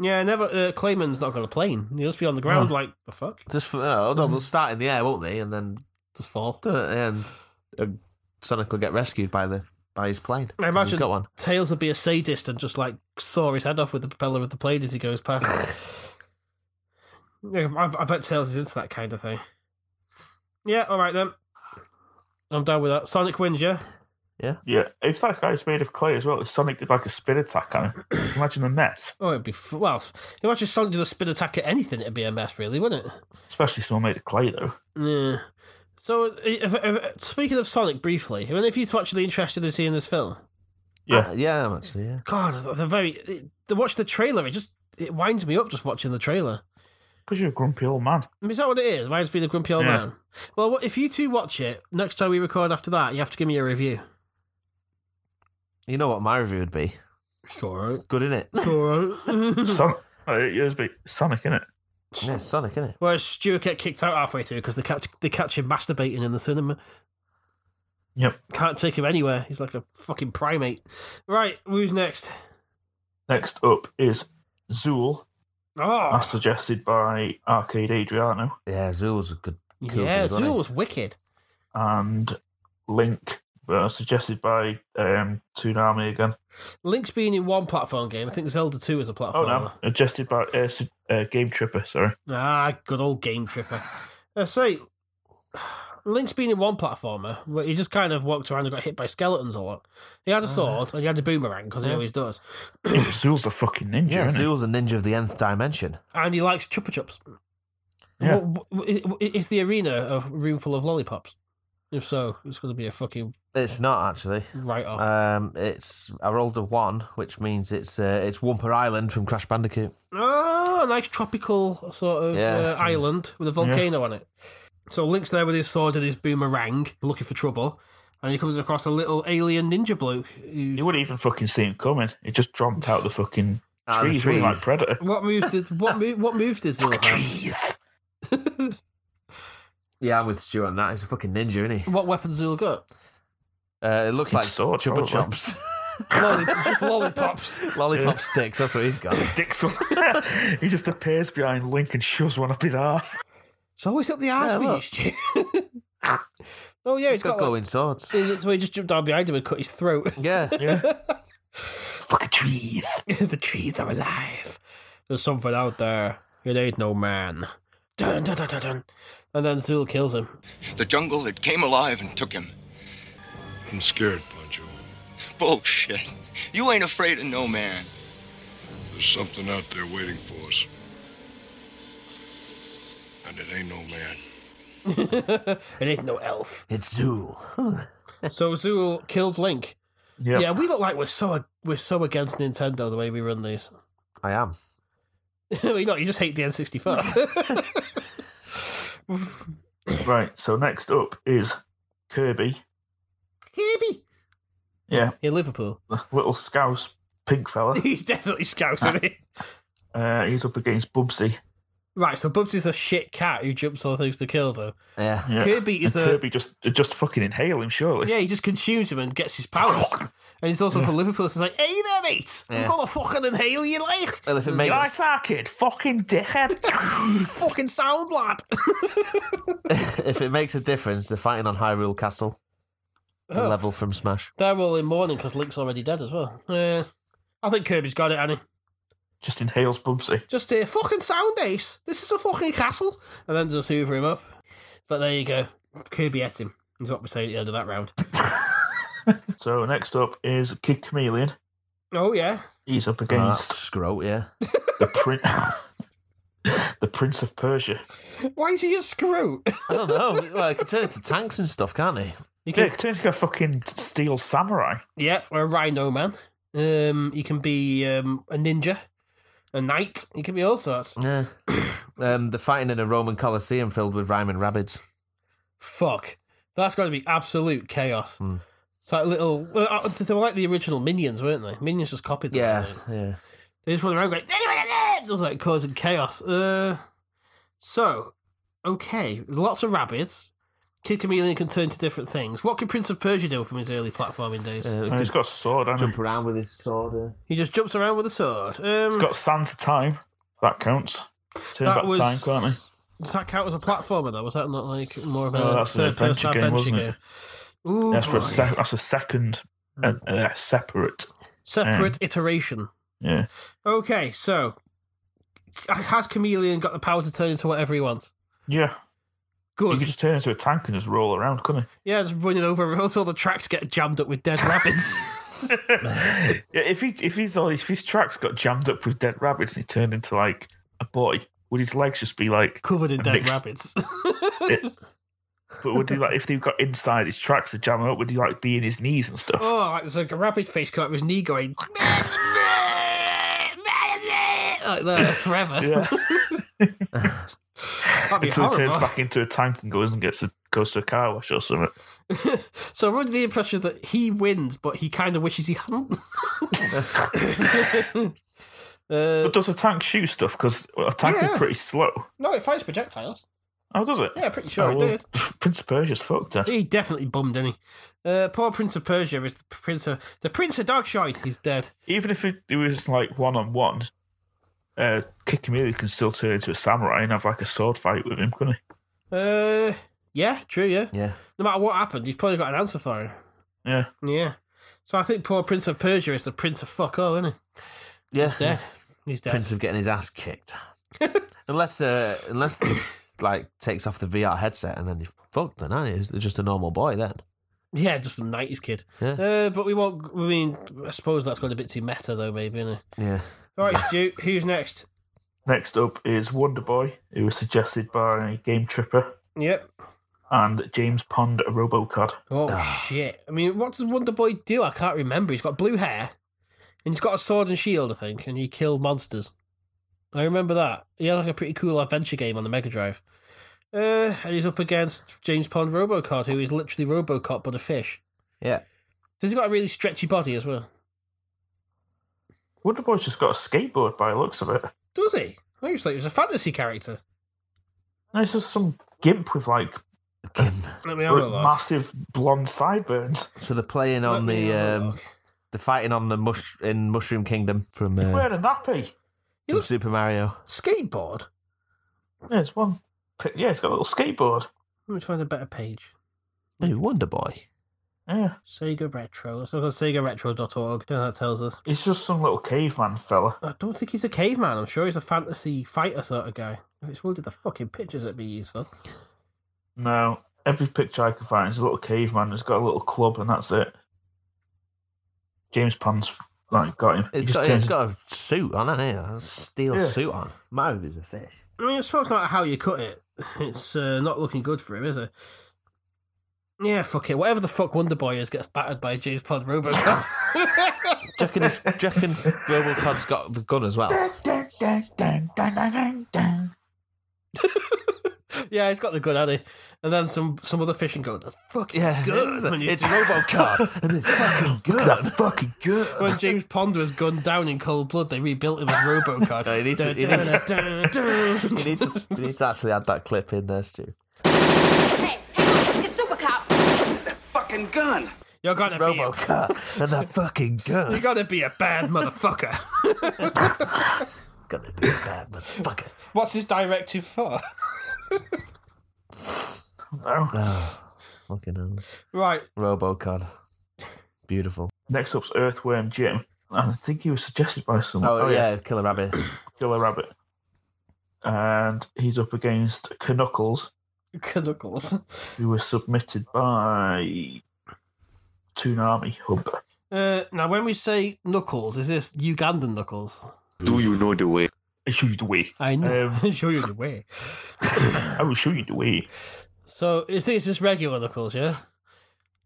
Speaker 1: yeah, never. Uh, Clayman's not got a plane. He'll just be on the ground like the fuck.
Speaker 5: Just for, oh, no,
Speaker 1: Mm.
Speaker 5: they'll start in the air, won't they? And then
Speaker 1: Just fall.
Speaker 5: uh, and uh, Sonic will get rescued by the by his plane.
Speaker 1: I
Speaker 5: 'cause
Speaker 1: imagine-
Speaker 5: he's got one.
Speaker 1: Tails would be a sadist and just like saw his head off with the propeller of the plane as he goes past. yeah, I, I bet Tails is into that kind of thing. Yeah, all right then. I'm down with that. Sonic wins, yeah.
Speaker 6: Yeah. If that guy's made of clay as well, if Sonic did like a spin attack on him, imagine the net.
Speaker 1: Oh, it'd be f- well. Imagine Sonic did a spin attack at anything, it'd be a mess, really, wouldn't it?
Speaker 6: Especially someone made of clay, though.
Speaker 1: Yeah. So, if, if, speaking of Sonic briefly, I mean, if you're actually interested in seeing this film,
Speaker 6: Yeah.
Speaker 5: Uh, yeah, I'm actually. Yeah.
Speaker 1: God, the very it, to watch the trailer, it just it winds me up just watching the trailer.
Speaker 6: Because you're a grumpy old man.
Speaker 1: I mean, is that what it is? Winds me the grumpy old
Speaker 6: Yeah.
Speaker 1: man. Well, what- if you two watch it next time we record after that, you have to give me a review.
Speaker 5: You know what my review would be?
Speaker 1: Sure.
Speaker 5: It's good, innit?
Speaker 1: Sure.
Speaker 6: Sonic. Oh, it is be Sonic, innit?
Speaker 5: yeah, it's Sonic, innit?
Speaker 1: Whereas Stuart get kicked out halfway through because they catch they catch him masturbating in the cinema.
Speaker 6: Yep.
Speaker 1: Can't take him anywhere. He's like a fucking primate. Right, who's next?
Speaker 6: Next up is Zool,
Speaker 1: Oh,
Speaker 6: as suggested by Arcade Adriano,
Speaker 5: Yeah, Zool's a good. cool
Speaker 1: yeah,
Speaker 5: thing, wasn't
Speaker 1: Zool
Speaker 5: it?
Speaker 1: was wicked.
Speaker 6: and Link, uh, suggested by um, Toonami again.
Speaker 1: Link's been in one platform game. I think Zelda 2 is a
Speaker 6: Oh
Speaker 1: platform.
Speaker 6: no, adjusted by uh, s- uh, Game Tripper. Sorry.
Speaker 1: Ah, good old Game Tripper. I say, Link's been in one platformer where he just kind of walked around and got hit by skeletons a lot. He had a
Speaker 6: Uh-huh.
Speaker 1: sword and he had a boomerang because he always does.
Speaker 6: Yeah, Zool's a fucking ninja,
Speaker 5: Yeah,
Speaker 6: isn't
Speaker 5: Zool's a ninja of the nth dimension.
Speaker 1: And he likes chupa chups.
Speaker 6: Yeah.
Speaker 1: What- what- i- i- Is the arena a room full of lollipops? If so, it's going to be a fucking
Speaker 5: It's not actually.
Speaker 1: write off.
Speaker 5: Um, it's I rolled a one, which means it's uh, it's Wumper Island from Crash Bandicoot.
Speaker 1: Oh, a nice tropical sort of
Speaker 5: Yeah.
Speaker 1: uh, island with a volcano on it. So Link's there with his sword and his boomerang, looking for trouble, and he comes across a little alien ninja bloke.
Speaker 6: he?
Speaker 1: Who's...
Speaker 6: You wouldn't even fucking see him coming. He just dropped out the fucking
Speaker 5: Ah, the
Speaker 6: trees, trees. like
Speaker 5: trees.
Speaker 6: Predator.
Speaker 1: What move did what move what move did Zil have?
Speaker 5: Yeah, I'm with Stu on that. He's a fucking ninja, isn't he?
Speaker 1: What weapon Zul got?
Speaker 5: Uh, it looks like
Speaker 6: sword,
Speaker 5: Chupa
Speaker 6: probably.
Speaker 5: Chups,
Speaker 1: Lolli- just lollipops.
Speaker 5: lollipop sticks. That's what he's got.
Speaker 6: Dicks one. he just appears behind Link and shoves one up his ass.
Speaker 1: It's always up the arse
Speaker 5: Yeah,
Speaker 1: for you,
Speaker 5: look.
Speaker 1: Stu. oh yeah, Oh,
Speaker 5: He's got glowing swords.
Speaker 1: Like, so he just jumped down behind him and cut his throat.
Speaker 5: Yeah,
Speaker 6: Yeah.
Speaker 2: Fucking trees.
Speaker 1: the trees are alive. There's something out there. It ain't no man. Dun, dun, dun, dun, dun. And then Zul kills him.
Speaker 8: The jungle that came alive and took him.
Speaker 9: I'm scared, Pancho.
Speaker 8: Bullshit. You ain't afraid of no man.
Speaker 9: There's something out there waiting for us. And it ain't no man.
Speaker 1: it ain't no elf.
Speaker 5: It's Zool.
Speaker 1: So Zul killed Link.
Speaker 6: Yeah.
Speaker 1: Yeah, we look like we're so we're so against Nintendo the way we run these.
Speaker 5: I am.
Speaker 1: you know, you just hate the N64.
Speaker 6: Right. So next up is Kirby.
Speaker 1: Kirby
Speaker 6: Yeah.
Speaker 1: in Liverpool.
Speaker 6: Little scouse pink fella.
Speaker 1: He's definitely scousing it.
Speaker 6: Uh, he's up against Bubsy.
Speaker 1: Right, so Bubsy's a shit cat who jumps on things to kill, though.
Speaker 5: Yeah.
Speaker 6: Yeah.
Speaker 1: Kirby is
Speaker 6: and
Speaker 1: a-
Speaker 6: Kirby just just fucking inhale him, surely.
Speaker 1: Yeah, he just consumes him and gets his powers. And he's also from Liverpool, so he's like, hey there, mate! I'm
Speaker 5: Yeah.
Speaker 1: gonna fucking inhale you like!
Speaker 5: Well, if it
Speaker 6: You
Speaker 5: makes
Speaker 6: like that kid? Fucking dickhead.
Speaker 1: fucking sound, lad!
Speaker 5: if it makes a difference, they're fighting on Hyrule Castle. The
Speaker 1: Oh.
Speaker 5: level from Smash.
Speaker 1: They're all in mourning because Link's already dead as well. Yeah. I think Kirby's got it, Annie.
Speaker 6: just inhales Bubsy.
Speaker 1: Just a fucking sound ace. This is a fucking castle. And then just hoover him up. But there you go. Kirby ate him. Is what we're saying at the end of that round.
Speaker 6: So next up is Kid Chameleon.
Speaker 1: Oh yeah.
Speaker 6: He's up
Speaker 5: Oh,
Speaker 6: against
Speaker 5: that's Scroat, yeah.
Speaker 6: the prince, the Prince of Persia.
Speaker 1: Why is he a screw?
Speaker 5: I don't know. well, he can turn into tanks and stuff, can't he?
Speaker 1: He
Speaker 6: Yeah,
Speaker 1: can,
Speaker 6: it turns into a fucking steel samurai.
Speaker 1: Yep, or a rhino man. Um, he can be um, a ninja, a knight. He can be all sorts.
Speaker 5: Yeah. um, they're fighting in a Roman Colosseum filled with rhyming rabbits.
Speaker 1: Fuck, that's got to be absolute chaos.
Speaker 5: Hmm.
Speaker 1: It's like little. well, uh, They were like the original minions, weren't they? Minions just copied them.
Speaker 5: Yeah,
Speaker 1: weren't they?
Speaker 5: yeah.
Speaker 1: They just run around going, it was like causing chaos. Uh, so, okay, lots of rabbits. Kid Chameleon can turn to different things. What could Prince of Persia do from his early platforming days?
Speaker 5: Uh, he
Speaker 6: And
Speaker 5: can
Speaker 6: he's got a sword. And
Speaker 5: jump
Speaker 6: he's
Speaker 5: around with his sword. uh,
Speaker 1: he just jumps around with a sword. Um,
Speaker 6: got Santa time. That counts. Turn
Speaker 1: that
Speaker 6: back
Speaker 1: was.
Speaker 6: time, can't he?
Speaker 1: Does that count as a platformer though? Was that not like more of a
Speaker 6: No, that's an
Speaker 1: third-person
Speaker 6: adventure game,
Speaker 1: adventure
Speaker 6: wasn't
Speaker 1: game?
Speaker 6: it?
Speaker 1: Ooh,
Speaker 6: That's for a
Speaker 1: boy.
Speaker 6: sec- that's a second
Speaker 1: Hmm.
Speaker 6: uh, uh, separate.
Speaker 1: separate iteration.
Speaker 6: Yeah.
Speaker 1: Okay, so has Chameleon got the power to turn into whatever he wants?
Speaker 6: Yeah. You
Speaker 1: Good.
Speaker 6: could just turn into a tank and just roll around, couldn't
Speaker 1: Yeah, just running over roads. All the tracks get jammed up with dead rabbits.
Speaker 6: he? yeah, if he if he's all if his tracks got jammed up with dead rabbits and he turned into like a boy, would his legs just be like
Speaker 1: covered in
Speaker 6: A
Speaker 1: dead
Speaker 6: mix-
Speaker 1: rabbits.
Speaker 6: it, But would he like if they got inside his tracks to jam him up, would he like be in his knees and stuff?
Speaker 1: oh, like there's like a rabbit face cut with his knee going like that forever.
Speaker 6: Yeah.
Speaker 1: That'd be
Speaker 6: Until he turns
Speaker 1: horrible.
Speaker 6: back into a tank and goes and gets a, goes to a car wash or something.
Speaker 1: So I'm under the impression that he wins, but he kind of wishes he hadn't. uh,
Speaker 6: But does a tank shoot stuff? Because a tank
Speaker 1: Yeah.
Speaker 6: is pretty slow.
Speaker 1: no, it fires projectiles.
Speaker 6: Oh, does it?
Speaker 1: Yeah, pretty sure
Speaker 6: Oh,
Speaker 1: it
Speaker 6: well,
Speaker 1: did.
Speaker 6: Prince of Persia's fucked eh? then.
Speaker 1: He definitely bummed, didn't he? Uh, poor Prince of Persia is the Prince of the Prince of Darkshide. He's dead.
Speaker 6: Even if it, it was like one on one, uh, Kikamili can still turn into a samurai and have like a sword fight with him, couldn't
Speaker 1: Uh, yeah, true. Yeah.
Speaker 5: Yeah.
Speaker 1: No matter what happened, he's probably got an answer for it.
Speaker 6: he? Yeah.
Speaker 1: Yeah. So I think poor Prince of Persia is the Prince of fuck all, isn't he?
Speaker 5: Yeah.
Speaker 1: Dead. He's dead.
Speaker 5: Prince of getting his ass kicked. unless, uh, unless like, takes off the VR headset and then you're fucked, then aren't you? You're just a normal boy then.
Speaker 1: Yeah, just some nineties kid.
Speaker 5: Yeah.
Speaker 1: Uh, but we won't. I mean, I suppose that's gone a bit too meta, though. Maybe. Isn't it?
Speaker 5: Yeah.
Speaker 1: All right, Stu. Who's next?
Speaker 6: Next up is Wonder Boy, who was suggested by Game Tripper
Speaker 1: Yep. and
Speaker 6: and James Pond at Robocod.
Speaker 1: Oh
Speaker 5: Ah.
Speaker 1: shit! I mean, what does Wonder Boy do? I can't remember. He's got blue hair, and he's got a sword and shield, I think, and he killed monsters. I remember that. He had like a pretty cool adventure game on the Mega Drive. Uh, and he's up against James Pond Robocop, who is literally Robocop but a fish.
Speaker 5: Yeah.
Speaker 1: Does he got a really stretchy body as well?
Speaker 6: Wonder Boy's just got a skateboard by the looks of it.
Speaker 1: Does he? I used to think he was a fantasy character.
Speaker 6: And it's just some gimp with like
Speaker 1: Let me have a look.
Speaker 6: massive blonde sideburns.
Speaker 5: So they're playing
Speaker 1: Let
Speaker 5: on
Speaker 1: me
Speaker 5: the,
Speaker 1: have a
Speaker 5: um,
Speaker 1: look.
Speaker 5: they're fighting on the mush in Mushroom Kingdom from, uh,
Speaker 6: Wearing a nappy.
Speaker 1: He
Speaker 5: from
Speaker 1: looks
Speaker 5: Super Mario.
Speaker 1: skateboard.
Speaker 6: Yeah, it's one. pi- Yeah, it's got a little skateboard.
Speaker 1: Let me find a better page.
Speaker 5: Hey, Wonder Boy.
Speaker 6: Yeah,
Speaker 1: Sega Retro. Let's look at segaretro.org. Don't know what that tells us.
Speaker 6: he's just some little caveman fella.
Speaker 1: I don't think he's a caveman. I'm sure he's a fantasy fighter sort of guy. If it's one of the fucking pictures, it'd be useful.
Speaker 6: No, every picture I can find is a little caveman. He's got a little club, and that's it. James Pond's like got him. He
Speaker 5: It's
Speaker 6: just
Speaker 5: got,
Speaker 6: turns-
Speaker 5: it's got a suit on, hasn't it? A steel
Speaker 6: Yeah.
Speaker 5: suit on. Might be a fish.
Speaker 1: I mean, I suppose no matter how you cut it, it's uh, not looking good for him, is it? Yeah, fuck it. Whatever the fuck Wonder Boy is gets battered by James Pod Robocop.
Speaker 5: Do you reckon, it's- do you reckon Robocop's got the gun as well?
Speaker 1: yeah, he's got the gun, hasn't he? And then some some other fishing go, the fucking
Speaker 5: Yeah,
Speaker 1: gun.
Speaker 5: it's,
Speaker 1: when you
Speaker 5: it's
Speaker 1: see-
Speaker 5: Robocop and it's fucking good. That fucking good.
Speaker 1: when James Pond was gunned down in cold blood, they rebuilt him as Robocop.
Speaker 5: No, you need to- you need-
Speaker 1: Dun-dun-dun-dun.
Speaker 5: You need, to, you need to actually add that clip in there, Stu.
Speaker 10: Hey, hang on, it's Supercop.
Speaker 4: Fucking gun.
Speaker 1: You're gonna be a,
Speaker 5: Robocop and that fucking
Speaker 1: you're
Speaker 5: good.
Speaker 1: gonna be a bad motherfucker.
Speaker 5: Gonna be a bad motherfucker.
Speaker 1: What's his directive for?
Speaker 6: No.
Speaker 5: Fucking hell.
Speaker 1: Right,
Speaker 5: Robocop. Beautiful.
Speaker 6: Next up's Earthworm Jim. I think he was suggested by someone.
Speaker 5: Oh, yeah. Killer Rabbit.
Speaker 6: Killer Rabbit. And he's up against Knuckles,
Speaker 1: Knuckles.
Speaker 6: who was submitted by Toonami Hub.
Speaker 1: Uh, now, when we say knuckles, is this Ugandan knuckles?
Speaker 9: Do you know the way?
Speaker 6: I show you the way.
Speaker 1: I know.
Speaker 6: Um,
Speaker 1: I'll show you the way.
Speaker 6: I will show you the way.
Speaker 1: So, is this just regular knuckles? Yeah.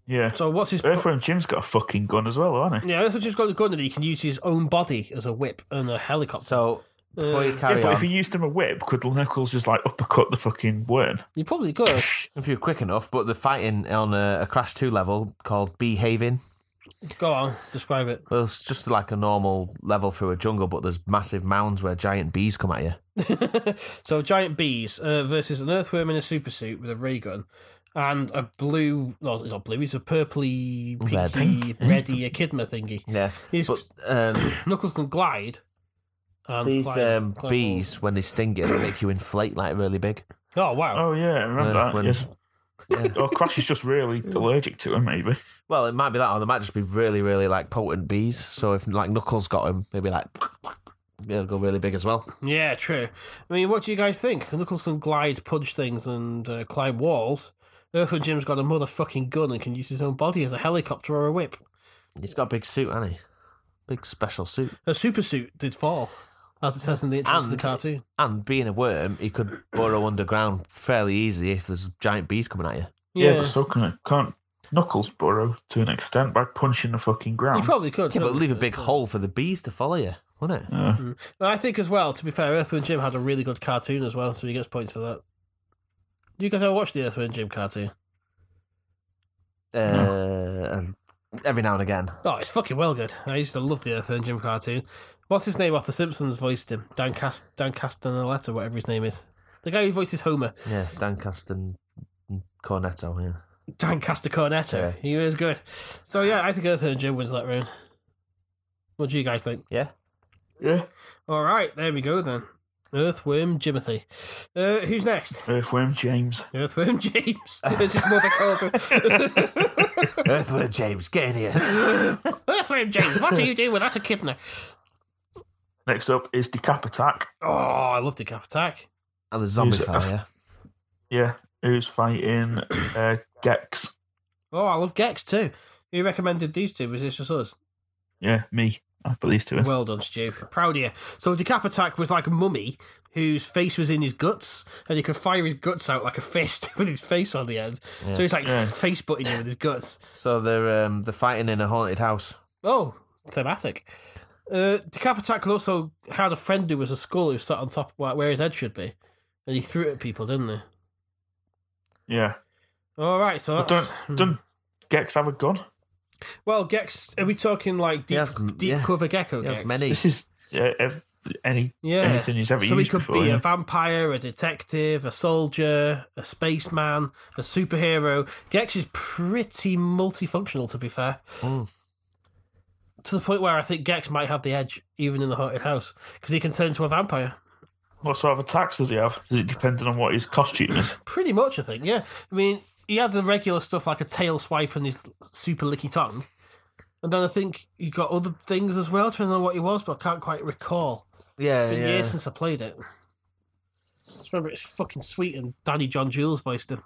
Speaker 6: Yeah.
Speaker 1: So, what's his?
Speaker 6: Earthworm Jim's got a fucking gun as well, hasn't he?
Speaker 1: yeah, this one's just got a gun, and he can use his own body as a whip and a helicopter.
Speaker 5: So, before you
Speaker 1: Uh,
Speaker 5: carry
Speaker 6: yeah, but
Speaker 5: on,
Speaker 6: if he used him a whip, could Knuckles just like uppercut the fucking worm?
Speaker 1: you probably could.
Speaker 5: if you're quick enough, but the fighting on a, a Crash 2 level called Behaving.
Speaker 1: Go on, describe it.
Speaker 5: Well, it's just like a normal level through a jungle, but there's massive mounds where giant bees come at you.
Speaker 1: so, giant bees uh, versus an earthworm in a super suit with a ray gun. And a blue, no, it's not blue, it's a purpley,
Speaker 5: Red.
Speaker 1: pinky, reddy echidna thingy.
Speaker 5: Yeah.
Speaker 1: He's-
Speaker 5: But um,
Speaker 1: Knuckles can glide. And
Speaker 5: these
Speaker 1: fly-
Speaker 5: um,
Speaker 1: climb
Speaker 5: bees, when they sting you, they make you inflate like really big.
Speaker 1: walls. Oh, wow.
Speaker 6: Oh, yeah, I remember
Speaker 5: Yeah,
Speaker 6: that.
Speaker 5: when-
Speaker 6: yes. Or Crash is just really allergic to him, maybe.
Speaker 5: Well, it might be that, or they might just be really, really like potent bees. So if like Knuckles got him, maybe like it'll go really big as well.
Speaker 1: Yeah, true. I mean, what do you guys think? Knuckles can glide, punch things, and uh, climb walls. Earthworm Jim's got a motherfucking gun and can use his own body as a helicopter or a whip.
Speaker 5: He's got a big suit, hasn't he? Big special suit.
Speaker 1: A super suit did fall, as it says in the intro to the
Speaker 5: And-
Speaker 1: cartoon.
Speaker 5: And being a worm, he could burrow underground fairly easy if there's giant bees coming at you.
Speaker 6: Yeah, but so can, can't Knuckles burrow to an extent by punching the fucking
Speaker 1: you
Speaker 6: ground?
Speaker 1: probably could.
Speaker 5: Yeah, but
Speaker 1: couldn't
Speaker 5: leave a
Speaker 1: you?
Speaker 5: big hole for the bees to follow you, wouldn't it?
Speaker 6: Yeah.
Speaker 1: And I think as well. To be fair, Earthworm Jim had a really good cartoon as well, so he gets points for that. You guys ever watch the Earthworm Jim cartoon?
Speaker 5: Uh, every now and again.
Speaker 1: Oh, it's fucking well good. I used to love the Earthworm Jim cartoon. What's his name off The Simpsons voiced him? Dan Cast Dan Castellaneta, whatever his name is. The guy who voices Homer.
Speaker 5: Yeah, Dan Caston, Cornetto. Yeah.
Speaker 1: Dan Castacornetto.
Speaker 5: Yeah.
Speaker 1: He was good. So yeah, I think Earthworm Jim wins that round. What do you guys think?
Speaker 5: Yeah.
Speaker 6: yeah.
Speaker 1: All right, there we go then. Earthworm Jimothy. Uh, who's next?
Speaker 6: Earthworm James.
Speaker 1: Earthworm James. As his mother calls him.
Speaker 5: Earthworm James, get in here.
Speaker 1: Earthworm James. What are you doing with that echidna?
Speaker 6: Next up is Decap Attack.
Speaker 1: Oh, I love the calf attack.
Speaker 5: And the zombie
Speaker 6: Who's-
Speaker 5: fella, yeah.
Speaker 6: Yeah, who's fighting uh, Gex?
Speaker 1: Oh, I love Gex too. Who recommended these two? Was this just us?
Speaker 6: Yeah, me. I put these two in.
Speaker 1: Well done, Stu. Proud of you. So Decap Attack was like a mummy whose face was in his guts, and he could fire his guts out like a fist with his face on the end. So he's like
Speaker 6: Yeah.
Speaker 1: face butting you with his guts.
Speaker 5: So they're um, they're fighting in a haunted house.
Speaker 1: Oh, thematic. Uh, Decap Attack also had a friend who was a skull who sat on top of where his head should be, and he threw it at people, didn't he?
Speaker 6: yeah.
Speaker 1: All right, so
Speaker 6: But
Speaker 1: that's,
Speaker 6: don't, don't Gex have a gun?
Speaker 1: well, Gex. Are we talking like deep,
Speaker 5: has m-
Speaker 1: deep
Speaker 5: yeah.
Speaker 1: cover gecko?
Speaker 5: He has
Speaker 1: Gex?
Speaker 5: many.
Speaker 6: This is uh, ev- any
Speaker 1: Yeah.
Speaker 6: anything he's ever
Speaker 1: So he
Speaker 6: used
Speaker 1: could
Speaker 6: before.
Speaker 1: be
Speaker 6: yeah.
Speaker 1: a vampire, a detective, a soldier, a spaceman, a superhero. Gex is pretty multifunctional, to be fair.
Speaker 6: Mm.
Speaker 1: To the point where I think Gex might have the edge, even in the haunted house, because he can turn into a vampire.
Speaker 6: What sort of attacks does he have? Is it depending on what his costume is?
Speaker 1: Pretty much, I think. Yeah. I mean, he had the regular stuff like a tail swipe and his super licky tongue. And then I think he got other things as well, depending on what he was, but I can't quite recall.
Speaker 5: Yeah,
Speaker 1: It's been
Speaker 5: yeah.
Speaker 1: years since I played it. Just remember it's fucking sweet and Danny John Jules voiced him.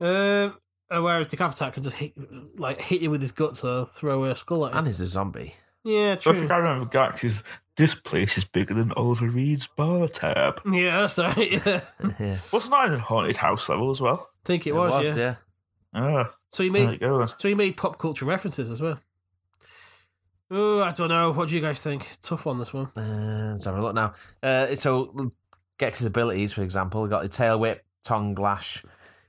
Speaker 1: Um, and whereas the Attack can just hit, like hit you with his guts or throw a skull at you.
Speaker 5: And he's a zombie.
Speaker 1: yeah,
Speaker 6: So I think
Speaker 1: true.
Speaker 6: I remember Galaxy's. This place is bigger than Oliver Reed's bar tab.
Speaker 1: Yeah, that's right. Yeah. I
Speaker 6: Wasn't that in a haunted house level as well?
Speaker 1: think it was, yeah.
Speaker 6: Ah,
Speaker 1: So he
Speaker 6: there you
Speaker 1: made
Speaker 6: go. then.
Speaker 1: so he made pop culture references as well. Oh, I don't know. What do you guys think? Tough one, this one.
Speaker 5: Uh, let's have a look now. Uh, so Gex's abilities, for example, he got a tail whip, tongue lash.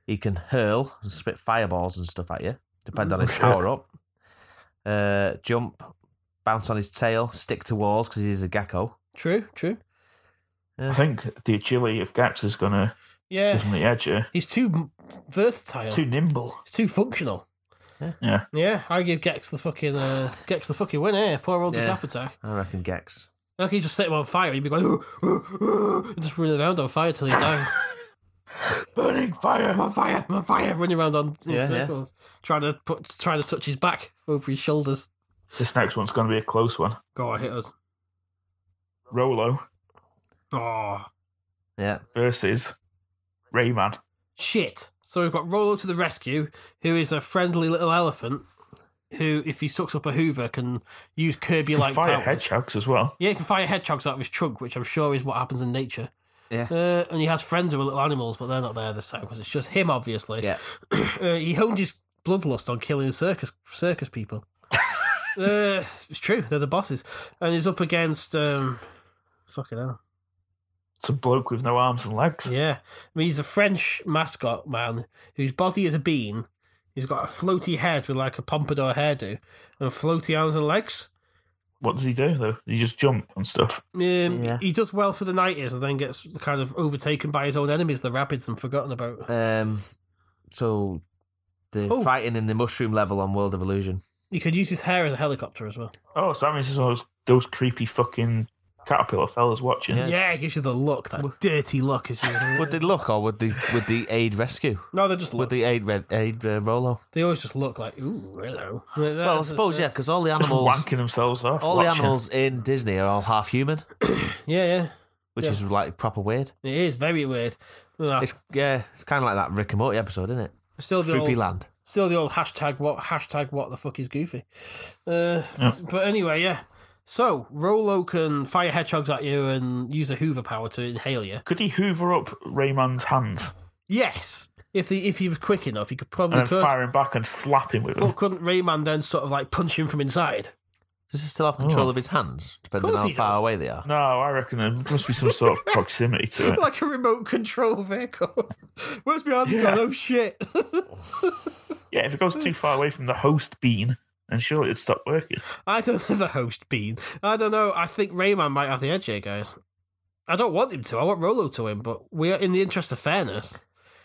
Speaker 5: He can hurl and spit fireballs and stuff at you, depending on his power up. Uh, jump, bounce on his tail, stick to walls because he's a gecko.
Speaker 1: True, true.
Speaker 6: I think the agility of Gax is going to give
Speaker 1: Yeah,
Speaker 6: him the edge here.
Speaker 1: he's too versatile.
Speaker 6: Too nimble.
Speaker 1: It's too functional.
Speaker 6: Yeah.
Speaker 1: Yeah, I give Gex the fucking uh, Gex the fucking win here. Poor old yeah. attack.
Speaker 5: I reckon Gex.
Speaker 1: Like he just set him on fire. He'd be going and just running around on fire till he dies.
Speaker 6: Burning fire!
Speaker 1: I'm on fire. I'm on fire. Running around on in
Speaker 5: Yeah, yeah.
Speaker 1: circles, trying to put, trying to touch his back over his shoulders.
Speaker 6: This next one's going to be a close one.
Speaker 1: God, hit us.
Speaker 6: Rolo
Speaker 1: Oh
Speaker 5: Yeah.
Speaker 6: versus Rayman.
Speaker 1: shit! So we've got Rolo to the rescue, who is a friendly little elephant. Who, if he sucks up a Hoover, can use Kirby-like
Speaker 6: Fire
Speaker 1: powers.
Speaker 6: hedgehogs as well.
Speaker 1: Yeah, he can fire hedgehogs out of his trunk, which I'm sure is what happens in nature.
Speaker 5: Yeah.
Speaker 1: Uh, and he has friends who are little animals, but they're not there this time because it's just him, obviously.
Speaker 5: Yeah.
Speaker 1: Uh, he honed his bloodlust on killing circus circus people. uh, it's true, they're the bosses. And he's up against. Um, fucking hell.
Speaker 6: It's a bloke with no arms and legs.
Speaker 1: Yeah. I mean, he's a French mascot man whose body is a bean. He's got a floaty head with like a pompadour hairdo and floaty arms and legs.
Speaker 6: What does he do though? He just jump and stuff.
Speaker 1: Um,
Speaker 5: Yeah.
Speaker 1: He does well for the nighties and then gets kind of overtaken by his own enemies, the rapids, and forgotten about.
Speaker 5: Um, so the
Speaker 1: Oh.
Speaker 5: fighting in the mushroom level on World of Illusion.
Speaker 1: He could use his hair as a helicopter as well.
Speaker 6: Oh, so that means it's all those, those creepy fucking caterpillar fellas watching.
Speaker 1: Yeah, it gives you the look, that dirty look. Is
Speaker 5: Would they look or would they would they aid rescue?
Speaker 1: no, they just
Speaker 5: Would
Speaker 1: look.
Speaker 5: they aid red aid uh, Rolo?
Speaker 1: They always just look like, ooh, hello.
Speaker 5: Well, I suppose yeah, because all the
Speaker 6: Just
Speaker 5: animals
Speaker 6: wanking themselves off.
Speaker 5: all the
Speaker 6: watching.
Speaker 5: animals in Disney are all half human,
Speaker 1: Yeah,
Speaker 5: which
Speaker 1: Yeah.
Speaker 5: is like proper weird.
Speaker 1: yeah. It is very weird. That's
Speaker 5: It's yeah, it's kind of like that Rick and Morty episode, isn't it?
Speaker 1: still the
Speaker 5: Fruity
Speaker 1: old,
Speaker 5: Land.
Speaker 1: still the old hashtag what hashtag what the fuck is goofy. Uh, But anyway, yeah. So Rolo can fire hedgehogs at you and use a Hoover power to inhale you.
Speaker 6: Could he hoover up Rayman's hands
Speaker 1: Yes, if the if he was quick enough, he could
Speaker 6: and
Speaker 1: probably
Speaker 6: then
Speaker 1: could.
Speaker 6: fire him back and slap him with them?
Speaker 1: But couldn't Rayman then sort of like punch him from inside?
Speaker 5: Does he still have control Oh. of his hands, depending
Speaker 1: Course
Speaker 5: on how
Speaker 1: he
Speaker 5: far
Speaker 1: does.
Speaker 5: away they are?
Speaker 6: No, I reckon there must be some sort of proximity to it.
Speaker 1: like a remote control vehicle. Where's my hand
Speaker 6: Yeah.
Speaker 1: gone? Oh shit.
Speaker 6: Yeah, if it goes too far away from the host bean, then surely it'd stop working.
Speaker 1: I don't know the host bean. I don't know. I think Rayman might have the edge here, guys. I don't want him to. I want Rolo to win, but we are in the interest of fairness.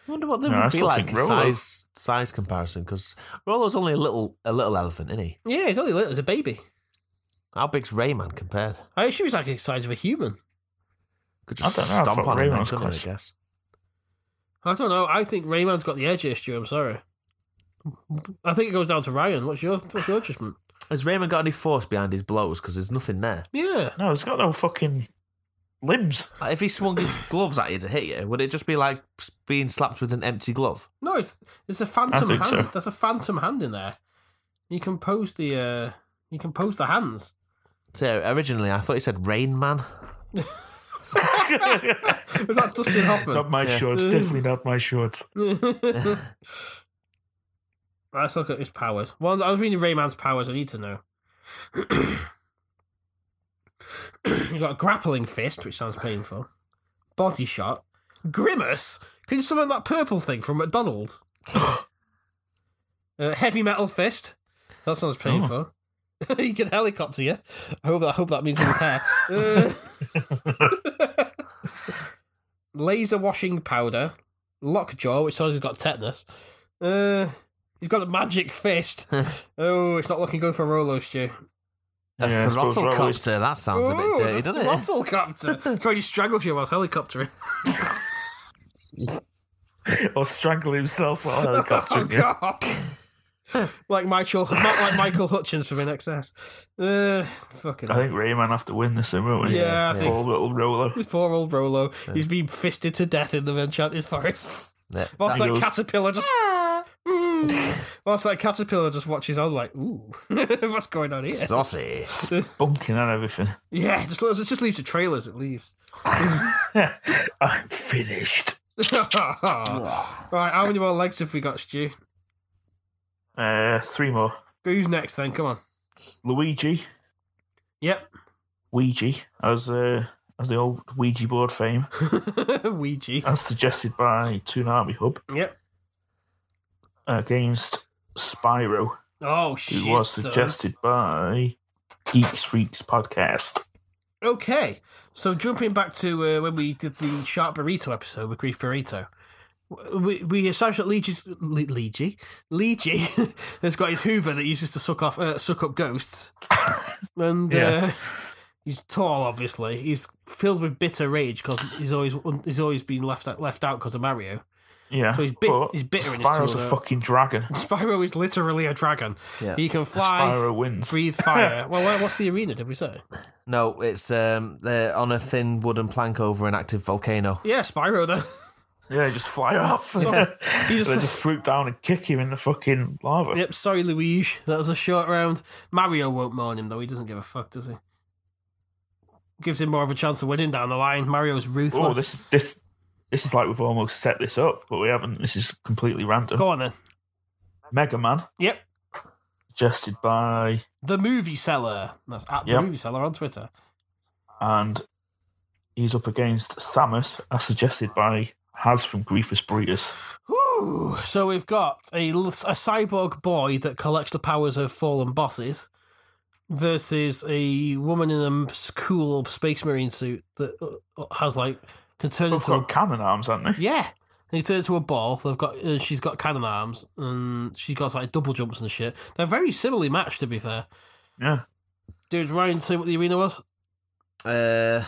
Speaker 5: I wonder what they
Speaker 6: No, I
Speaker 5: would be
Speaker 6: still
Speaker 5: like
Speaker 6: think
Speaker 5: in
Speaker 6: Rolo-
Speaker 5: size size comparison, because Rolo's only a little a little elephant, isn't he?
Speaker 1: Yeah, he's only little as a baby.
Speaker 5: How big's Rayman compared?
Speaker 1: I assume he's like the size of a human.
Speaker 5: Could
Speaker 6: I
Speaker 5: just
Speaker 6: don't know, I
Speaker 5: stomp
Speaker 6: thought
Speaker 5: on him, then,
Speaker 6: Rayman's
Speaker 5: couldn't he, I
Speaker 6: quite-
Speaker 5: guess.
Speaker 1: I don't know. I think Rayman's got the edge here, Stu. I'm sorry. I think it goes down to Ryan. What's your what's your judgment?
Speaker 5: Has Rayman got any force behind his blows? Because there's nothing there.
Speaker 1: Yeah.
Speaker 6: No, it's got no fucking limbs.
Speaker 5: Like, if he swung his gloves at you to hit you, would it just be like s- being slapped with an empty glove?
Speaker 1: No, it's it's a phantom
Speaker 6: think
Speaker 1: hand.
Speaker 6: so.
Speaker 1: There's a phantom hand in there. You can pose the uh, you can pose the hands.
Speaker 5: So originally, I thought he said Rain Man.
Speaker 1: Was that Dustin
Speaker 6: Not
Speaker 1: Hoffman?
Speaker 6: my shorts, definitely not my shorts.
Speaker 1: Let's look at his powers. Well, I was reading Rayman's powers. I need to know. He's got a grappling fist, which sounds painful. Body shot, grimace. Can you summon that purple thing from McDonald's? uh, heavy metal fist. That sounds painful. he can helicopter you. I hope that, I hope that means his hair. Uh, laser washing powder, lockjaw, which sounds he's got tetanus. Uh, he's got a magic fist. oh, it's not looking good for Rolo, Stu.
Speaker 5: A
Speaker 6: Yeah, I suppose
Speaker 5: throttle
Speaker 6: Rolo's-
Speaker 5: copter. That sounds a
Speaker 1: Oh,
Speaker 5: bit dirty, doesn't it?
Speaker 1: Helicopter. That's why you strangled you whilst helicoptering.
Speaker 6: or strangle himself while helicoptering. you.
Speaker 1: Oh, God. like Michael, not like Michael Hutchins from NXS. Uh, fucking.
Speaker 6: I
Speaker 1: hell.
Speaker 6: think Rayman have to win this, then, won't we?
Speaker 1: Yeah, I think-
Speaker 6: Poor little roller.
Speaker 1: This poor old Rolo. He's been fisted to death in the enchanted forest.
Speaker 5: Yeah.
Speaker 1: Whilst
Speaker 6: That-
Speaker 1: that, caterpillar just. Mm. Whilst that caterpillar just watches on, like, ooh, what's going on here?
Speaker 5: Saucy.
Speaker 6: Bunking and everything.
Speaker 1: Yeah, just leaves- it just leaves the trail as it leaves.
Speaker 6: I'm finished.
Speaker 1: right, how many more legs have we got, Stu?
Speaker 6: Uh, three more.
Speaker 1: Who's next then? Come on.
Speaker 6: Luigi,
Speaker 1: Yep.
Speaker 6: Ouija, as uh, as the old Ouija board fame,
Speaker 1: Ouija.
Speaker 6: as suggested by Toonami Hub,
Speaker 1: Yep.
Speaker 6: against Spyro,
Speaker 1: Oh
Speaker 6: who
Speaker 1: shit.
Speaker 6: was
Speaker 1: son.
Speaker 6: suggested by Geeks Freaks Podcast.
Speaker 1: Okay, so jumping back to uh, when we did the Shark Burrito episode with Grief Burrito, we, we established that Leegee's, Le- Leegee, Leegee has got his Hoover that he uses to suck off, uh, suck up ghosts, and uh,
Speaker 6: Yeah.
Speaker 1: he's tall. Obviously, he's filled with bitter rage because he's always he's always been left out, left out because of Mario.
Speaker 6: Yeah,
Speaker 1: So he's bit-
Speaker 6: but
Speaker 1: he's bitter in his
Speaker 6: Spyro's
Speaker 1: tools,
Speaker 6: a
Speaker 1: uh,
Speaker 6: fucking dragon.
Speaker 1: Spyro is literally a dragon.
Speaker 5: Yeah.
Speaker 1: He can fly,
Speaker 6: Spyro wins.
Speaker 1: breathe fire. well, where- what's the arena? Did we say?
Speaker 5: No, it's um, they're on a thin wooden plank over an active volcano.
Speaker 1: Yeah, Spyro. Then
Speaker 6: Yeah, just fly off.
Speaker 1: you
Speaker 6: they
Speaker 1: just-
Speaker 6: just swoop down and kick him in the fucking lava.
Speaker 1: Yep, sorry, Luigi. That was a short round. Mario won't mourn him, though. He doesn't give a fuck, does he? Gives him more of a chance of winning down the line. Mario's ruthless.
Speaker 6: Oh, this is this this is like we've almost set this up, but we haven't. This is completely random.
Speaker 1: Go on then.
Speaker 6: Mega Man,
Speaker 1: Yep.
Speaker 6: suggested by
Speaker 1: The movie seller. That's at
Speaker 6: Yep.
Speaker 1: the movie seller on Twitter.
Speaker 6: and he's up against Samus, as suggested by Has from Griefus Breeders.
Speaker 1: Whew. So we've got a, l- a cyborg boy that collects the powers of fallen bosses versus a woman in a m- cool space marine suit that uh, uh, has like can turn
Speaker 5: Oh
Speaker 6: They've
Speaker 1: into a
Speaker 6: got cannon arms, haven't they?
Speaker 1: Yeah. They turn into a ball. They've got uh, she's got cannon arms and she got like double jumps and shit. They're very similarly matched, to be fair.
Speaker 6: Yeah.
Speaker 1: Dude, Ryan, say what the arena was.
Speaker 5: Uh,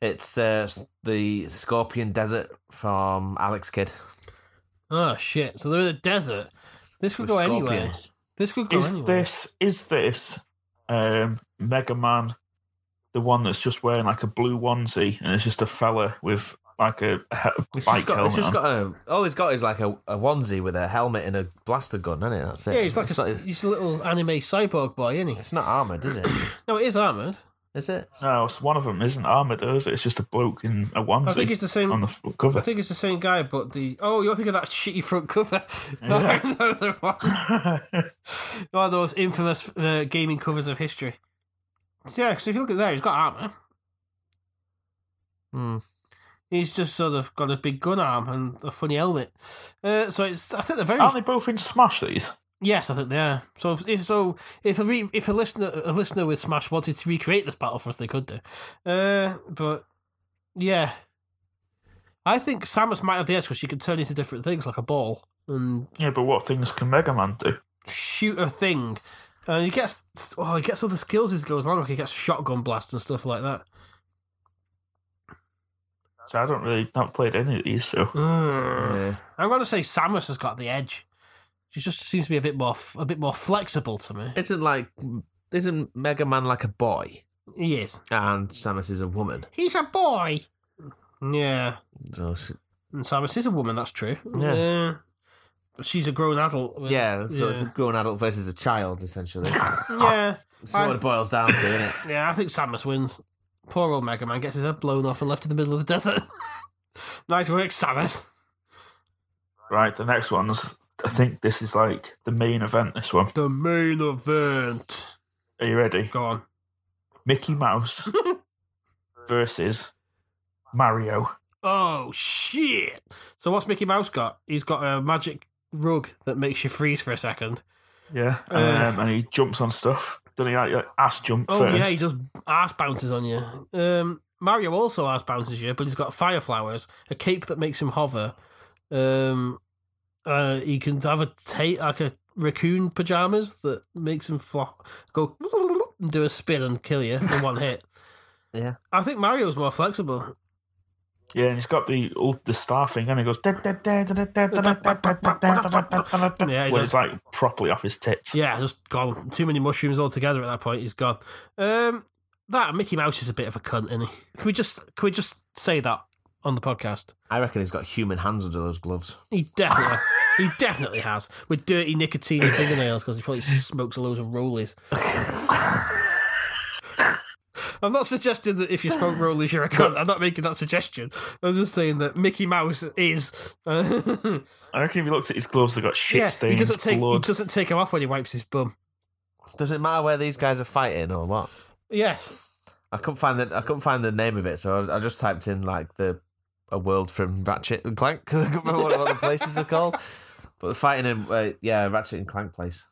Speaker 5: it's uh, the Scorpion Desert from Alex Kidd.
Speaker 1: Oh shit! So they're in a desert. This could
Speaker 5: with
Speaker 1: go
Speaker 5: scorpions.
Speaker 1: anywhere. This could go
Speaker 6: Is
Speaker 1: anywhere.
Speaker 6: this is this um, Mega Man the one that's just wearing like a blue onesie and it's just a fella with like a, a he-
Speaker 5: It's
Speaker 6: bike
Speaker 5: just got,
Speaker 6: helmet
Speaker 5: it's just
Speaker 6: on?
Speaker 5: got a, all he's got is like a, a onesie with a helmet and a blaster gun, isn't it? That's it.
Speaker 1: Yeah, he's like
Speaker 5: it's,
Speaker 1: a,
Speaker 5: not,
Speaker 1: he's a little anime cyborg boy, isn't he?
Speaker 5: it's not armored, is it?
Speaker 1: No, it is armored.
Speaker 5: Is it?
Speaker 6: No, it's one of them isn't armored, though, is it? It's just a bloke in a onesie
Speaker 1: I think it's the same.
Speaker 6: on the front cover.
Speaker 1: I think it's the same guy, but the oh, you're thinking of that shitty front cover.
Speaker 6: Yeah.
Speaker 1: I know the one. One of those infamous uh, gaming covers of history. Yeah, because if you look at there, he's got armor.
Speaker 5: Hmm.
Speaker 1: He's just sort of got a big gun arm and a funny helmet. Uh, so it's I think they're very
Speaker 6: Aren't they both in Smash these?
Speaker 1: yes, I think they are. So if, if so, if a re, if a listener a listener with Smash wanted to recreate this battle for us, they could do. Uh, but yeah, I think Samus might have the edge because she can turn into different things like a ball and
Speaker 6: Yeah, but what things can Mega Man do?
Speaker 1: shoot a thing. And he gets oh he gets all the skills as he goes along. Like he gets shotgun blasts and stuff like that.
Speaker 6: So I don't really not played any of these. So Uh.
Speaker 1: Mm.
Speaker 5: Yeah.
Speaker 1: I'm gonna say Samus has got the edge. She just seems to be a bit more f- a bit more flexible to me.
Speaker 5: Isn't like isn't Mega Man like a boy
Speaker 1: He is.
Speaker 5: and Samus is a woman?
Speaker 1: He's a boy. Yeah,
Speaker 5: So she-
Speaker 1: and Samus is a woman. That's true.
Speaker 5: Yeah.
Speaker 1: but she's a grown adult. with-
Speaker 5: yeah, so it's a
Speaker 1: yeah.
Speaker 5: grown adult versus a child essentially.
Speaker 1: yeah,
Speaker 5: That's what it boils down to, isn't it?
Speaker 1: yeah. I think Samus wins. Poor old Mega Man gets his head blown off and left in the middle of the desert. nice work, Samus.
Speaker 6: right, the next one's. I think this is like the main event. This one.
Speaker 1: The main event.
Speaker 6: Are you ready?
Speaker 1: Go on.
Speaker 6: Mickey Mouse versus Mario.
Speaker 1: Oh shit! So what's Mickey Mouse got? He's got a magic rug that makes you freeze for a second.
Speaker 6: Yeah,
Speaker 1: Uh.
Speaker 6: um, and he jumps on stuff. Doesn't he like, like ass jump
Speaker 1: Oh
Speaker 6: first?
Speaker 1: yeah, he just ass bounces on you. Um, Mario also ass bounces you, but he's got fire flowers, a cape that makes him hover. Um, uh, he can have a ta- like a raccoon pajamas that makes him flop, go and do a spin and kill you in one hit.
Speaker 5: Yeah.
Speaker 1: I think Mario's more flexible.
Speaker 6: Yeah, and he's got the ul- the star thing, and he goes. "Da, da, da, da, da, da, da, da, da, da, da, da, da, da, da, da,"
Speaker 1: Yeah, he
Speaker 6: When
Speaker 1: does.
Speaker 6: it's like properly off his tits.
Speaker 1: Yeah, just gone. Too many mushrooms altogether at that point. He's gone. Um, that Mickey Mouse is a bit of a cunt, isn't he? Can we just can we just say that on the podcast?
Speaker 5: I reckon he's got human hands under those gloves.
Speaker 1: He definitely, he definitely has with dirty nicotine and fingernails because he probably smokes a load of rollies. I'm not suggesting that if you smoke rollies, you're a cunt. I'm not making that suggestion. I'm just saying that Mickey Mouse is. uh,
Speaker 6: I reckon if you looked at his gloves, they got shit
Speaker 1: yeah, he
Speaker 6: stains,
Speaker 1: doesn't take he
Speaker 6: blood.
Speaker 1: doesn't take him off when he wipes his bum.
Speaker 5: Does it matter where these guys are fighting or what?
Speaker 1: Yes,
Speaker 5: I couldn't find the I couldn't find the name of it, so I, I just typed in like the a world from Ratchet and Clank because I couldn't remember what, what the places are called. But they're fighting in uh, yeah Ratchet and Clank place.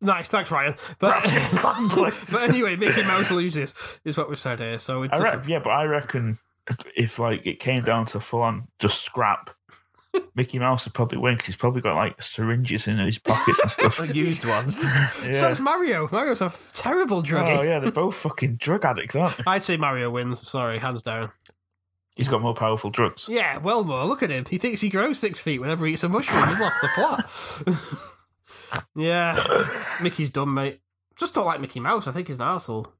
Speaker 1: nice. Thanks, Ryan. But, but anyway, Mickey Mouse loses is what we've said here. So it
Speaker 6: I
Speaker 1: doesn't-
Speaker 6: reckon, yeah, but I reckon if like it came down to full on just scrap, Mickey Mouse would probably win 'cause he's probably got like syringes in his pockets and stuff.
Speaker 5: The used ones.
Speaker 1: so
Speaker 6: yeah.
Speaker 1: is Mario. Mario's a f- terrible druggie.
Speaker 6: Oh yeah, they're both fucking drug addicts, aren't they?
Speaker 1: I'd say Mario wins. Sorry, hands down.
Speaker 6: He's got more powerful drugs.
Speaker 1: Yeah, well, more. Look at him. He thinks he grows six feet whenever he eats a mushroom. He's lost the plot. yeah, Mickey's dumb, mate. Just don't like Mickey Mouse. I think he's an asshole.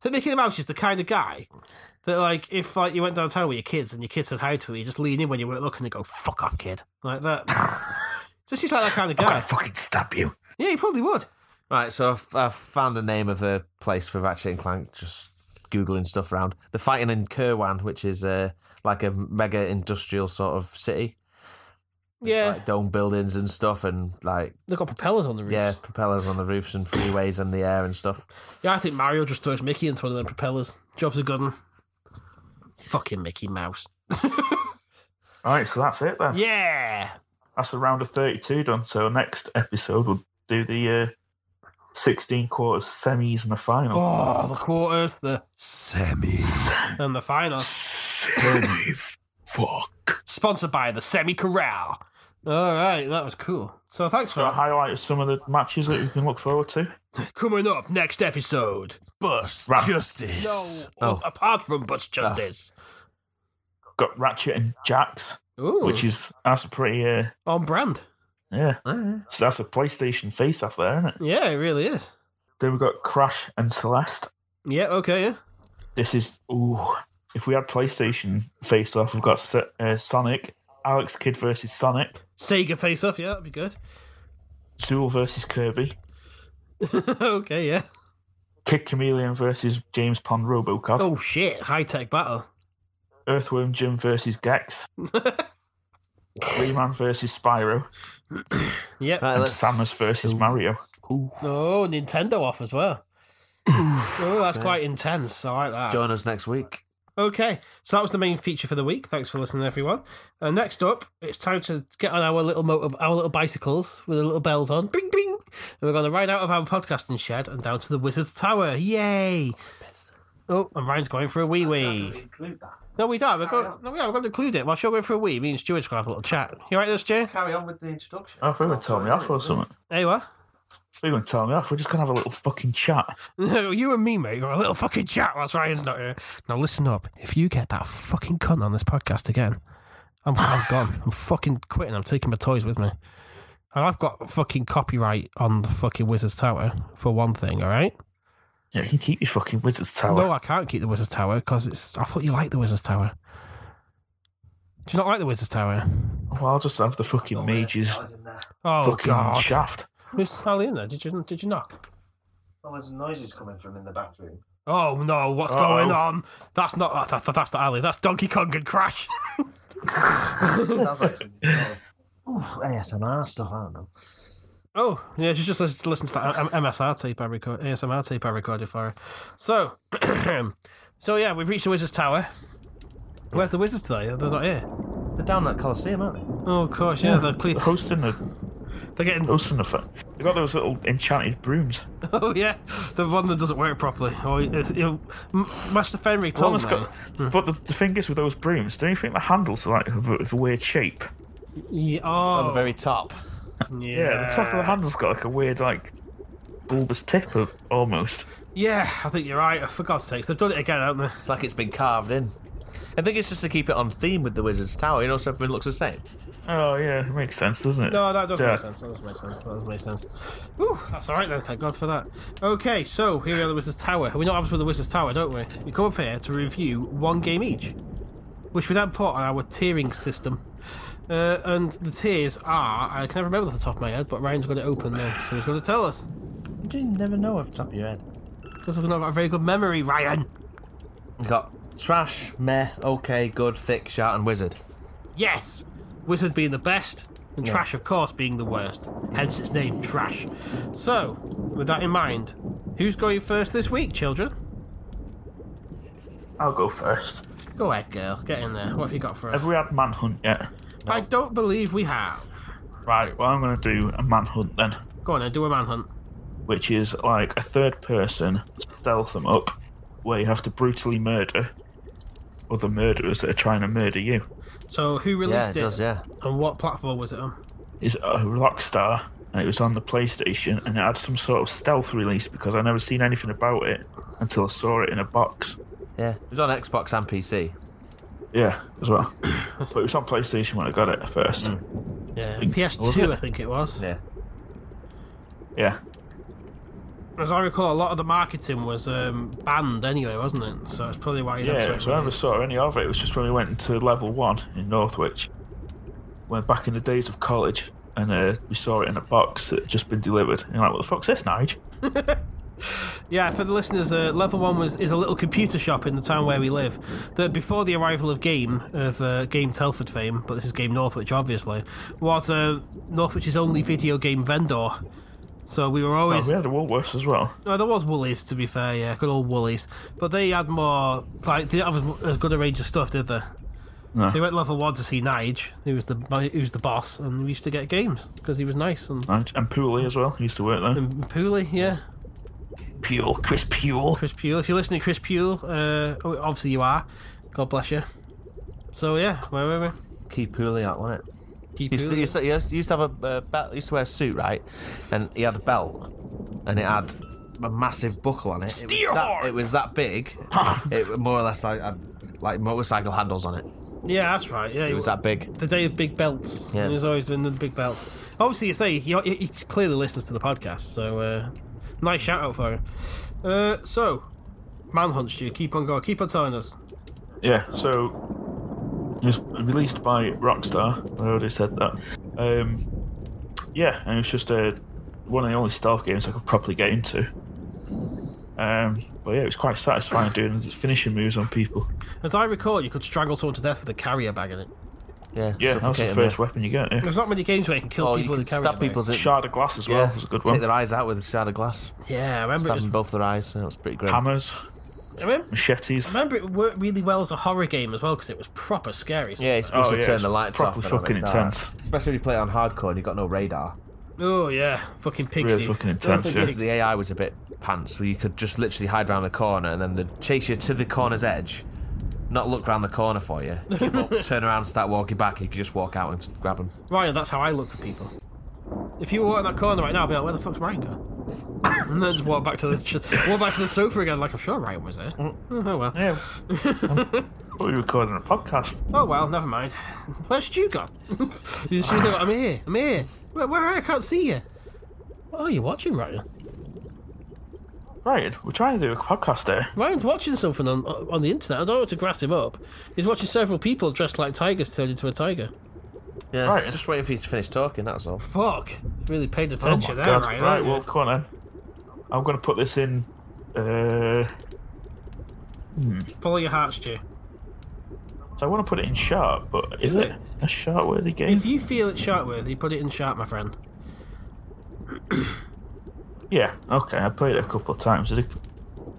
Speaker 1: That Mickey Mouse is the kind of guy that, like, if like you went downtown with your kids and your kids said hi to you, you just lean in when you weren't looking and go "fuck off, kid," like that. just he's like that kind of guy.
Speaker 2: fucking stab you.
Speaker 1: Yeah, he probably would.
Speaker 5: Right, so I've, I've found the name of the place for Ratchet and Clank. Just googling stuff around. They're fighting in Kerwan, which is uh, like a mega industrial sort of city,
Speaker 1: Yeah,
Speaker 5: like dome buildings and stuff, and like
Speaker 1: they've got propellers on the roof.
Speaker 5: yeah, propellers on the roofs and freeways and the air and stuff.
Speaker 1: Yeah, I think Mario just throws Mickey into one of them propellers. Jobs are good. 'un. Fucking Mickey Mouse.
Speaker 6: All right, so that's it then.
Speaker 1: Yeah.
Speaker 6: That's a round of thirty-two done. So next episode we'll do the uh, sixteen quarters, semis, and the final.
Speaker 1: Oh, the quarters, the semis, and the finals.
Speaker 2: Fuck.
Speaker 1: Sponsored by the Semi Corral. All right, that was cool. So thanks for
Speaker 6: So I
Speaker 1: that.
Speaker 6: highlight some of the matches that we can look forward to.
Speaker 1: Coming up next episode. Bus
Speaker 6: Right.
Speaker 1: Justice. No,
Speaker 5: Oh.
Speaker 1: apart from Bus Justice.
Speaker 6: Got Ratchet and Jax,
Speaker 1: Ooh,
Speaker 6: which is that's a pretty uh,
Speaker 1: on brand.
Speaker 6: yeah. So that's a PlayStation face-off there, isn't it?
Speaker 1: Yeah, it really is.
Speaker 6: Then we've got Crash and Celeste.
Speaker 1: Yeah, okay, yeah.
Speaker 6: This is ooh. If we had PlayStation face off, we've got Se- uh, Sonic, Alex Kidd versus Sonic,
Speaker 1: Sega face off, yeah, that'd be good.
Speaker 6: Zool versus Kirby,
Speaker 1: okay, yeah.
Speaker 6: Kid Chameleon versus James Pond RoboCop,
Speaker 1: Oh shit, high tech battle.
Speaker 6: Earthworm Jim versus Gex, Rayman versus Spyro,
Speaker 1: Yep.
Speaker 5: Right,
Speaker 6: and Samus versus Mario.
Speaker 1: Oh, Nintendo off as well. oh, that's quite intense. I like that.
Speaker 5: Join us next week.
Speaker 1: Okay, so that was the main feature for the week. Thanks for listening, everyone. And next up, it's time to get on our little motor, our little bicycles with the little bells on. Bing, bing. And we're going to ride out of our podcasting shed and down to the Wizard's Tower. Yay! Oh, and Ryan's going for a wee wee. No, we don't. We're going, no, we are. We're going to include it. While she'll go for a wee, me and Stuart's going to have a little chat. You all right, this, Stu?
Speaker 3: Carry on with the introduction.
Speaker 6: Oh, if they were going to tell me off or something.
Speaker 1: There you are.
Speaker 6: If they were going to tell me off, we're just going to have a little fucking chat.
Speaker 1: No, you and me, mate, got a little fucking chat whilst Ryan's not here. Now listen up. If you get that fucking cunt on this podcast again, I'm, I'm gone. I'm fucking quitting. I'm taking my toys with me. And I've got fucking copyright on the fucking Wizard's Tower for one thing, all right?
Speaker 6: Yeah, you can keep your fucking Wizard's Tower.
Speaker 1: No, I can't keep the Wizard's Tower because it's. I thought you liked the Wizard's Tower. Do you not like the Wizard's Tower?
Speaker 6: Well, I'll just have the fucking mages
Speaker 3: I was in there.
Speaker 1: Oh
Speaker 6: fucking
Speaker 1: god!
Speaker 6: shaft.
Speaker 1: Who's Sally in there? Did you did you knock?
Speaker 3: Oh, there's noises coming from in the bathroom.
Speaker 1: Oh no! What's going on? That's not that, that, that's not Ali. That's Donkey Kong and Crash.
Speaker 3: Sounds like some Ooh, ASMR stuff. I don't know.
Speaker 1: Oh, yeah, she's just listen, listen to that M- MSR tape I record, ASMR tape I recorded for her. So, so yeah, we've reached the Wizard's Tower. Where's the Wizards today? They're not here.
Speaker 5: They're down at Colosseum, aren't they?
Speaker 1: Oh, of course, yeah, they're clean.
Speaker 6: They're hosting the
Speaker 1: They're getting.
Speaker 6: hosting the. fu- They got those little enchanted brooms.
Speaker 1: Oh, yeah, the one that doesn't work properly. Oh, if, if, M- Master Fenric told me.
Speaker 6: Thomas got, but the, the thing is with those brooms, don't you think the handles are like of a, of a weird shape?
Speaker 1: Yeah, oh,
Speaker 5: The very top.
Speaker 1: yeah.
Speaker 6: Yeah, the top of the handle's got like a weird like bulbous tip of almost.
Speaker 1: Yeah, I think you're right. For God's sakes, they've done it again, haven't they?
Speaker 5: It's like it's been carved in. I think it's just to keep it on theme with the Wizard's Tower. You know, so everything looks the same.
Speaker 6: Oh yeah, it makes sense, doesn't it?
Speaker 1: No, that does
Speaker 6: Yeah.
Speaker 1: make sense. That does make sense. That does make sense. Whew, that's all right then. Thank God for that. Okay, so here we are, the Wizard's Tower. We're not obviously with the Wizard's Tower, don't we? We come up here to review one game each, which we then put on our tiering system. Uh, and the tiers are I can never remember off the top of my head, but Ryan's got it open there, so he's going to tell us.
Speaker 3: You never know off the top of your head.
Speaker 1: Because we've not got a very good memory, Ryan.
Speaker 5: You got trash, meh, okay, good, thick, shout, and wizard.
Speaker 1: Yes, wizard being the best, and trash, of course, being the worst. Hence its name, trash. So, with that in mind, who's going first this week, children?
Speaker 6: I'll go first.
Speaker 1: Go ahead, girl. Get in there. What have you got for us?
Speaker 6: Have we had manhunt yet?
Speaker 1: I don't believe we have.
Speaker 6: Right. Well, I'm going to do a manhunt then,
Speaker 1: Go on then, do a manhunt.
Speaker 6: which is like a third person stealth them up, where you have to brutally murder other murderers that are trying to murder you.
Speaker 1: So, who released
Speaker 5: Yeah, it does, yeah.
Speaker 1: And what platform was it on?
Speaker 6: Is a Rockstar, and it was on the PlayStation, and it had some sort of stealth release because I never seen anything about it until I saw it in a box.
Speaker 5: Yeah. It was on Xbox and PC.
Speaker 6: Yeah, as well. but it was on PlayStation when I got it first.
Speaker 1: Yeah,
Speaker 6: think- was
Speaker 1: PS2,
Speaker 6: it?
Speaker 1: I think it was.
Speaker 5: Yeah.
Speaker 6: Yeah.
Speaker 1: As I recall, a lot of the marketing was um, banned anyway, wasn't it? So that's probably why you never saw
Speaker 6: Yeah,
Speaker 1: it
Speaker 6: so I never
Speaker 1: released.
Speaker 6: saw any of it. It was just when we went into level one in Northwich. When back in the days of college, and uh, we saw it in a box that had just been delivered. And you're like, what the fuck's this, Nige?
Speaker 1: Yeah, for the listeners, uh, level one was is a little computer shop in the town where we live. That before the arrival of Game of uh, Game Telford fame, but this is Game Northwich, obviously, was uh, Northwich's only video game vendor. So we were
Speaker 6: Oh,
Speaker 1: always
Speaker 6: we had a Woolworths as well.
Speaker 1: No, there was Woolies to be fair, yeah, good old Woolies. But they had more, like, they didn't have as, as good a range of stuff, did they?
Speaker 6: No.
Speaker 1: So we went level one to see Nige, who was the who was the boss, and we used to get games because he was nice and,
Speaker 6: Nige. And Pooley as well. He used to work there.
Speaker 1: and Pooley, yeah,
Speaker 2: Pule, Chris Pule.
Speaker 1: Chris Pule. If you're listening, Chris Pule, uh, oh, obviously you are. God bless you. So yeah, where were we?
Speaker 5: Key Pooley, that wasn't it?
Speaker 1: Keep
Speaker 5: He used, to, he used to- he used to- he used to have a uh, belt. He used to wear a suit, right? And he had a belt, and it had a massive buckle on it. it,
Speaker 1: Steel
Speaker 5: was that, it was that big. it was more or less like a, like motorcycle handles on it.
Speaker 1: yeah, that's right. Yeah,
Speaker 5: It was that big.
Speaker 1: the day of big belts.
Speaker 5: Yeah.
Speaker 1: Yeah. There's always been the big belts. Obviously, you say he, he, he clearly listens to the podcast, so uh, nice shout out for him. Uh, so, Manhunt, you keep on going, keep on telling us.
Speaker 6: Yeah, so it was released by Rockstar. I already said that. Um, yeah, and it was just uh, one of the only stealth games I could properly get into. Um, but yeah, it was quite satisfying doing finishing moves on people.
Speaker 1: As I recall, you could strangle someone to death with a carrier bag in it.
Speaker 5: Yeah,
Speaker 6: Yeah, that's the
Speaker 5: suffocate 'em,
Speaker 6: first weapon you get. Yeah.
Speaker 1: There's not many games where you can kill
Speaker 5: Oh, you
Speaker 1: people
Speaker 5: can
Speaker 1: with a carrier
Speaker 5: stab
Speaker 1: bag.
Speaker 5: people's
Speaker 6: Shard of glass as well
Speaker 5: yeah,
Speaker 6: was a good
Speaker 5: Take
Speaker 6: one.
Speaker 5: their eyes out with a shard of glass,
Speaker 1: Yeah, I remember. It
Speaker 5: stabbing
Speaker 1: was,
Speaker 5: both their eyes. That was pretty great.
Speaker 6: Hammers,
Speaker 1: I remember,
Speaker 6: machetes.
Speaker 1: I remember it worked really well as a horror game as well because it was proper scary.
Speaker 5: Yeah, you're supposed
Speaker 6: Oh,
Speaker 5: to
Speaker 6: yeah,
Speaker 5: turn
Speaker 6: it's
Speaker 5: the lights off.
Speaker 6: properly
Speaker 5: and all
Speaker 6: fucking
Speaker 5: like that.
Speaker 6: intense.
Speaker 5: Especially if you play it on hardcore and you got no radar.
Speaker 1: Oh yeah, fucking pigsy.
Speaker 6: Really fucking
Speaker 5: I
Speaker 6: intense.
Speaker 5: think
Speaker 6: Yeah.
Speaker 5: it's the AI was a bit pants, where you could just literally hide round the corner and then they'd chase you to the corner's edge, not look round the corner for you, give up, turn around, start walking back, you could just walk out and grab them.
Speaker 1: Ryan, that's how I look for people. If you were walking that corner right now, I'd be like, "Where the fuck's Ryan gone?" and then just walk back to the ch- walk back to the sofa again, like I'm sure Ryan was there.
Speaker 6: Mm.
Speaker 1: Oh oh well.
Speaker 6: Yeah. we were recording a podcast.
Speaker 1: Oh well, never mind. Where's Stu gone? you should say, "I'm here. I'm here. Where, where are you? I can't see you." What are you watching, Ryan?
Speaker 6: Right, we're trying to do a podcast there.
Speaker 1: Ryan's watching something on on the internet. I don't want to grass him up. He's watching several people dressed like tigers turned into a tiger.
Speaker 5: Yeah,
Speaker 6: Right.
Speaker 5: just waiting for you to finish talking, that's all.
Speaker 1: Fuck! Really paid
Speaker 6: Oh
Speaker 1: attention
Speaker 6: my
Speaker 1: there,
Speaker 6: God.
Speaker 1: Ryan.
Speaker 6: Right,
Speaker 1: aren't you?
Speaker 6: well, come on then. I'm going to put this in. Uh,
Speaker 1: follow your heart, Stu.
Speaker 6: so I want to put it in sharp, but is it a sharp worthy game?
Speaker 1: If you feel it sharp with, you put it in sharp, my friend.
Speaker 6: Yeah, okay. I played it a couple of times. I did-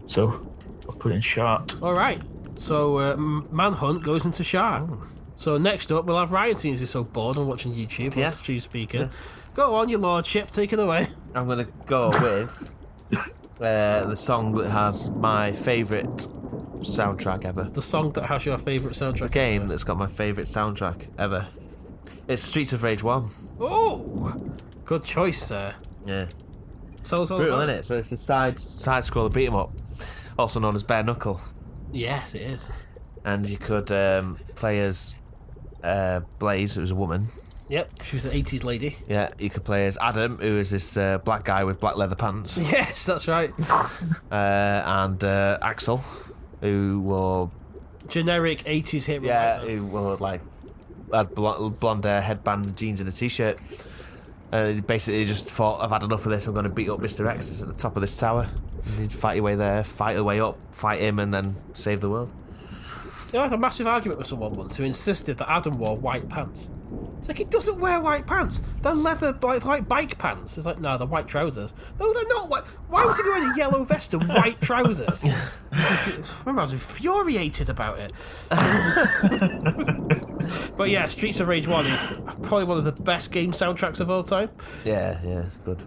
Speaker 6: So I'll put it in sharp.
Speaker 1: All right. So uh, M- Manhunt goes into Shark. So next up, we'll have Ryan seeing as he's so bored and watching YouTube.
Speaker 5: Yeah.
Speaker 1: Yeah. Chief speaker. Go on, your lordship. Take it away.
Speaker 5: I'm going to go with uh, the song that has my favourite soundtrack ever.
Speaker 1: The song that has your favourite soundtrack.
Speaker 5: Game that's got my favourite soundtrack ever. It's Streets of Rage 1.
Speaker 1: Oh, good choice, sir.
Speaker 5: Yeah. Oh,
Speaker 1: Tell us all
Speaker 5: Brutal,
Speaker 1: about
Speaker 5: innit? So it's a side side scroller beat 'em up, also known as Bare Knuckle.
Speaker 1: Yes, it is.
Speaker 5: and you could um, play as uh, Blaze, who was a woman.
Speaker 1: Yep, she was an 80s lady.
Speaker 5: Yeah, you could play as Adam, who is this uh, black guy with black leather pants.
Speaker 1: Yes, that's right.
Speaker 5: uh, and uh, Axel, who wore
Speaker 1: Generic 80s hit
Speaker 5: yeah, who wore like uh, had bl- blonde hair, headband, jeans, and a t-shirt. Uh, he basically just thought, I've had enough of this. I'm going to beat up Mister X. It's at the top of this tower. And you'd fight your way there, fight your way up, fight him, and then save the world.
Speaker 1: I had a massive argument with someone once who insisted that Adam wore white pants. It's like he doesn't wear white pants. They're leather, like, like bike pants. It's like no, they're white trousers. No, they're not white. Why would he be wearing a yellow vest and white trousers? I remember, I was infuriated about it. but yeah, Streets of Rage One is probably one of the best game soundtracks of all time.
Speaker 5: Yeah, yeah, it's good.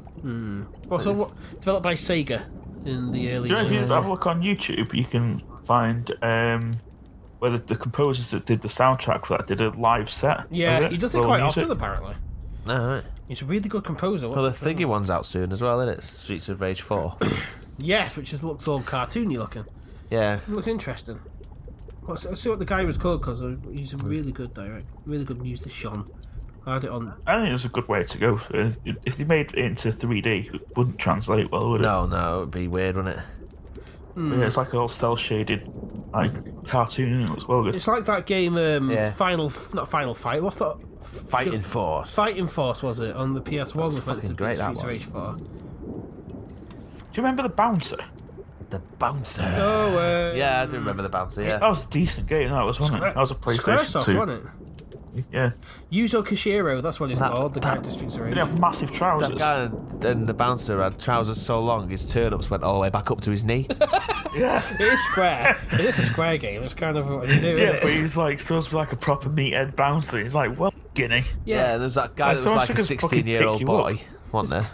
Speaker 1: Also, what, developed by Sega in the early.
Speaker 6: Do you know if you
Speaker 1: years.
Speaker 6: have a look on YouTube, you can find um, whether the composers that did the soundtrack for that did a live set. of
Speaker 1: Yeah, he does it
Speaker 6: for
Speaker 1: quite
Speaker 6: Oh, music.
Speaker 1: often apparently.
Speaker 5: All right.
Speaker 1: He's a really good composer. What's
Speaker 5: Well, the
Speaker 1: his name?
Speaker 5: thingy one's out soon as well, isn't it? Streets of Rage Four.
Speaker 1: Yes, which just looks all cartoony looking.
Speaker 5: yeah,
Speaker 1: It looks interesting. Let's, let's see what the guy was called because he's a
Speaker 5: Hmm.
Speaker 1: really good direct, really good musician. I had it on.
Speaker 6: I think it's a good way to go. Uh, If they made it into 3D, it wouldn't translate well, would it?
Speaker 5: no, no, it'd be weird, wouldn't it?
Speaker 6: Yeah, it's like all cell shaded, like cartoon. It looks well good.
Speaker 1: It's like that game, um,
Speaker 5: Yeah.
Speaker 1: Final, not Final Fight. What's that?
Speaker 5: Fighting Force.
Speaker 1: Fighting Force was it on the PS One?
Speaker 5: was fucking great, that was.
Speaker 1: Streets of Rage 4.
Speaker 6: Do you remember the bouncer?
Speaker 5: The bouncer.
Speaker 1: Oh, uh,
Speaker 5: Yeah, I do remember the bouncer. Yeah.
Speaker 6: That was a decent game. That was wasn't it? That was a PlayStation
Speaker 1: Squaresoft,
Speaker 6: Two.
Speaker 1: wasn't it?
Speaker 6: Yeah,
Speaker 1: Yuzo Koshiro, that's what he's
Speaker 5: That-
Speaker 1: called. The
Speaker 5: that-
Speaker 1: character Streets of
Speaker 6: they
Speaker 1: Rage.
Speaker 6: didn't have massive
Speaker 5: That
Speaker 6: trousers.
Speaker 5: guy and the bouncer had trousers so long his turnips went all the way back up to his knee.
Speaker 1: It is Square. it is a Square game. It's kind of what they do.
Speaker 6: Yeah,
Speaker 1: isn't
Speaker 6: but
Speaker 1: it?
Speaker 6: he's like supposed to be like a proper meathead bouncer. He's like, well, guinea.
Speaker 5: yeah, there was that guy
Speaker 6: Like,
Speaker 5: that was
Speaker 6: someone
Speaker 5: like a
Speaker 6: should just fucking
Speaker 5: 16 year old
Speaker 6: pick you up.
Speaker 5: boy, wasn't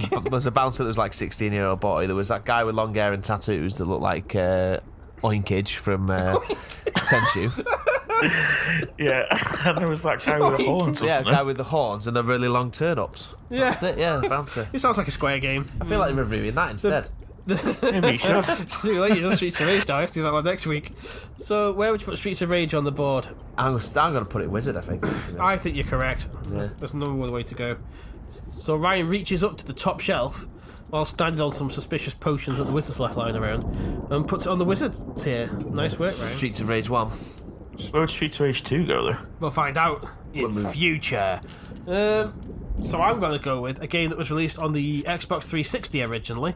Speaker 5: there? there was a bouncer that was like 16 year old boy. There was that guy with long hair and tattoos that looked like uh, Oinkage from uh, Tenchu.
Speaker 6: Yeah, and there was that guy with the horns.
Speaker 5: yeah, a
Speaker 6: Wasn't
Speaker 5: guy with the horns and the really long turnips.
Speaker 1: Yeah.
Speaker 5: That's it, yeah, the bouncer.
Speaker 1: It sounds like a Square game.
Speaker 5: I feel like reviewing that instead.
Speaker 6: there? Maybe you should.
Speaker 1: Too late, you done Streets of Rage now. I have to do that one next week. So, where would you put Streets of Rage on the board?
Speaker 5: I'm, gonna- I'm going to put it wizard, I think.
Speaker 1: I think you're correct. There's no other way to go. So, Ryan reaches up to the top shelf while standing on some suspicious potions that the wizard's left lying around and puts it on the wizard tier. Nice work, Ryan.
Speaker 5: Streets of Rage 1.
Speaker 6: Where would Streets of Rage 2 go, though?
Speaker 1: We'll find out in future. Um, so, I'm going to go with a game that was released on the Xbox 360 originally.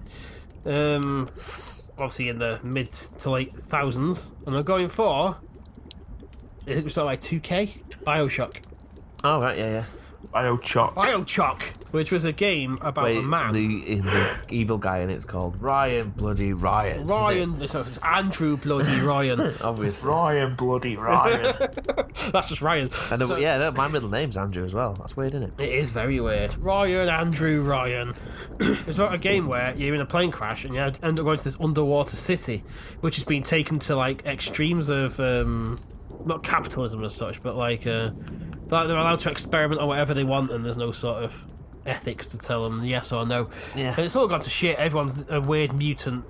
Speaker 1: Um, obviously, in the mid to late thousands. And I'm going for. I think it was something like 2K? Bioshock.
Speaker 5: Oh, right, yeah, yeah.
Speaker 6: Biochock.
Speaker 1: Bioshock, which was a game about
Speaker 5: Wait,
Speaker 1: a man.
Speaker 5: The, the evil guy in it's called Ryan Bloody Ryan.
Speaker 1: Ryan, it's, it's Andrew Bloody Ryan.
Speaker 5: Obviously.
Speaker 6: Ryan, bloody Ryan.
Speaker 1: That's just Ryan.
Speaker 5: And then, yeah, no, my middle name's Andrew as well. That's weird, isn't it?
Speaker 1: It is very weird. Ryan, Andrew, Ryan. it's about a game where you're in a plane crash and you end up going to this underwater city, which has been taken to like extremes of um, not capitalism as such, but like uh, like they're allowed to experiment on whatever they want, and there's no sort of ethics to tell them yes or no.
Speaker 5: Yeah.
Speaker 1: And it's all gone to shit. Everyone's a weird mutant,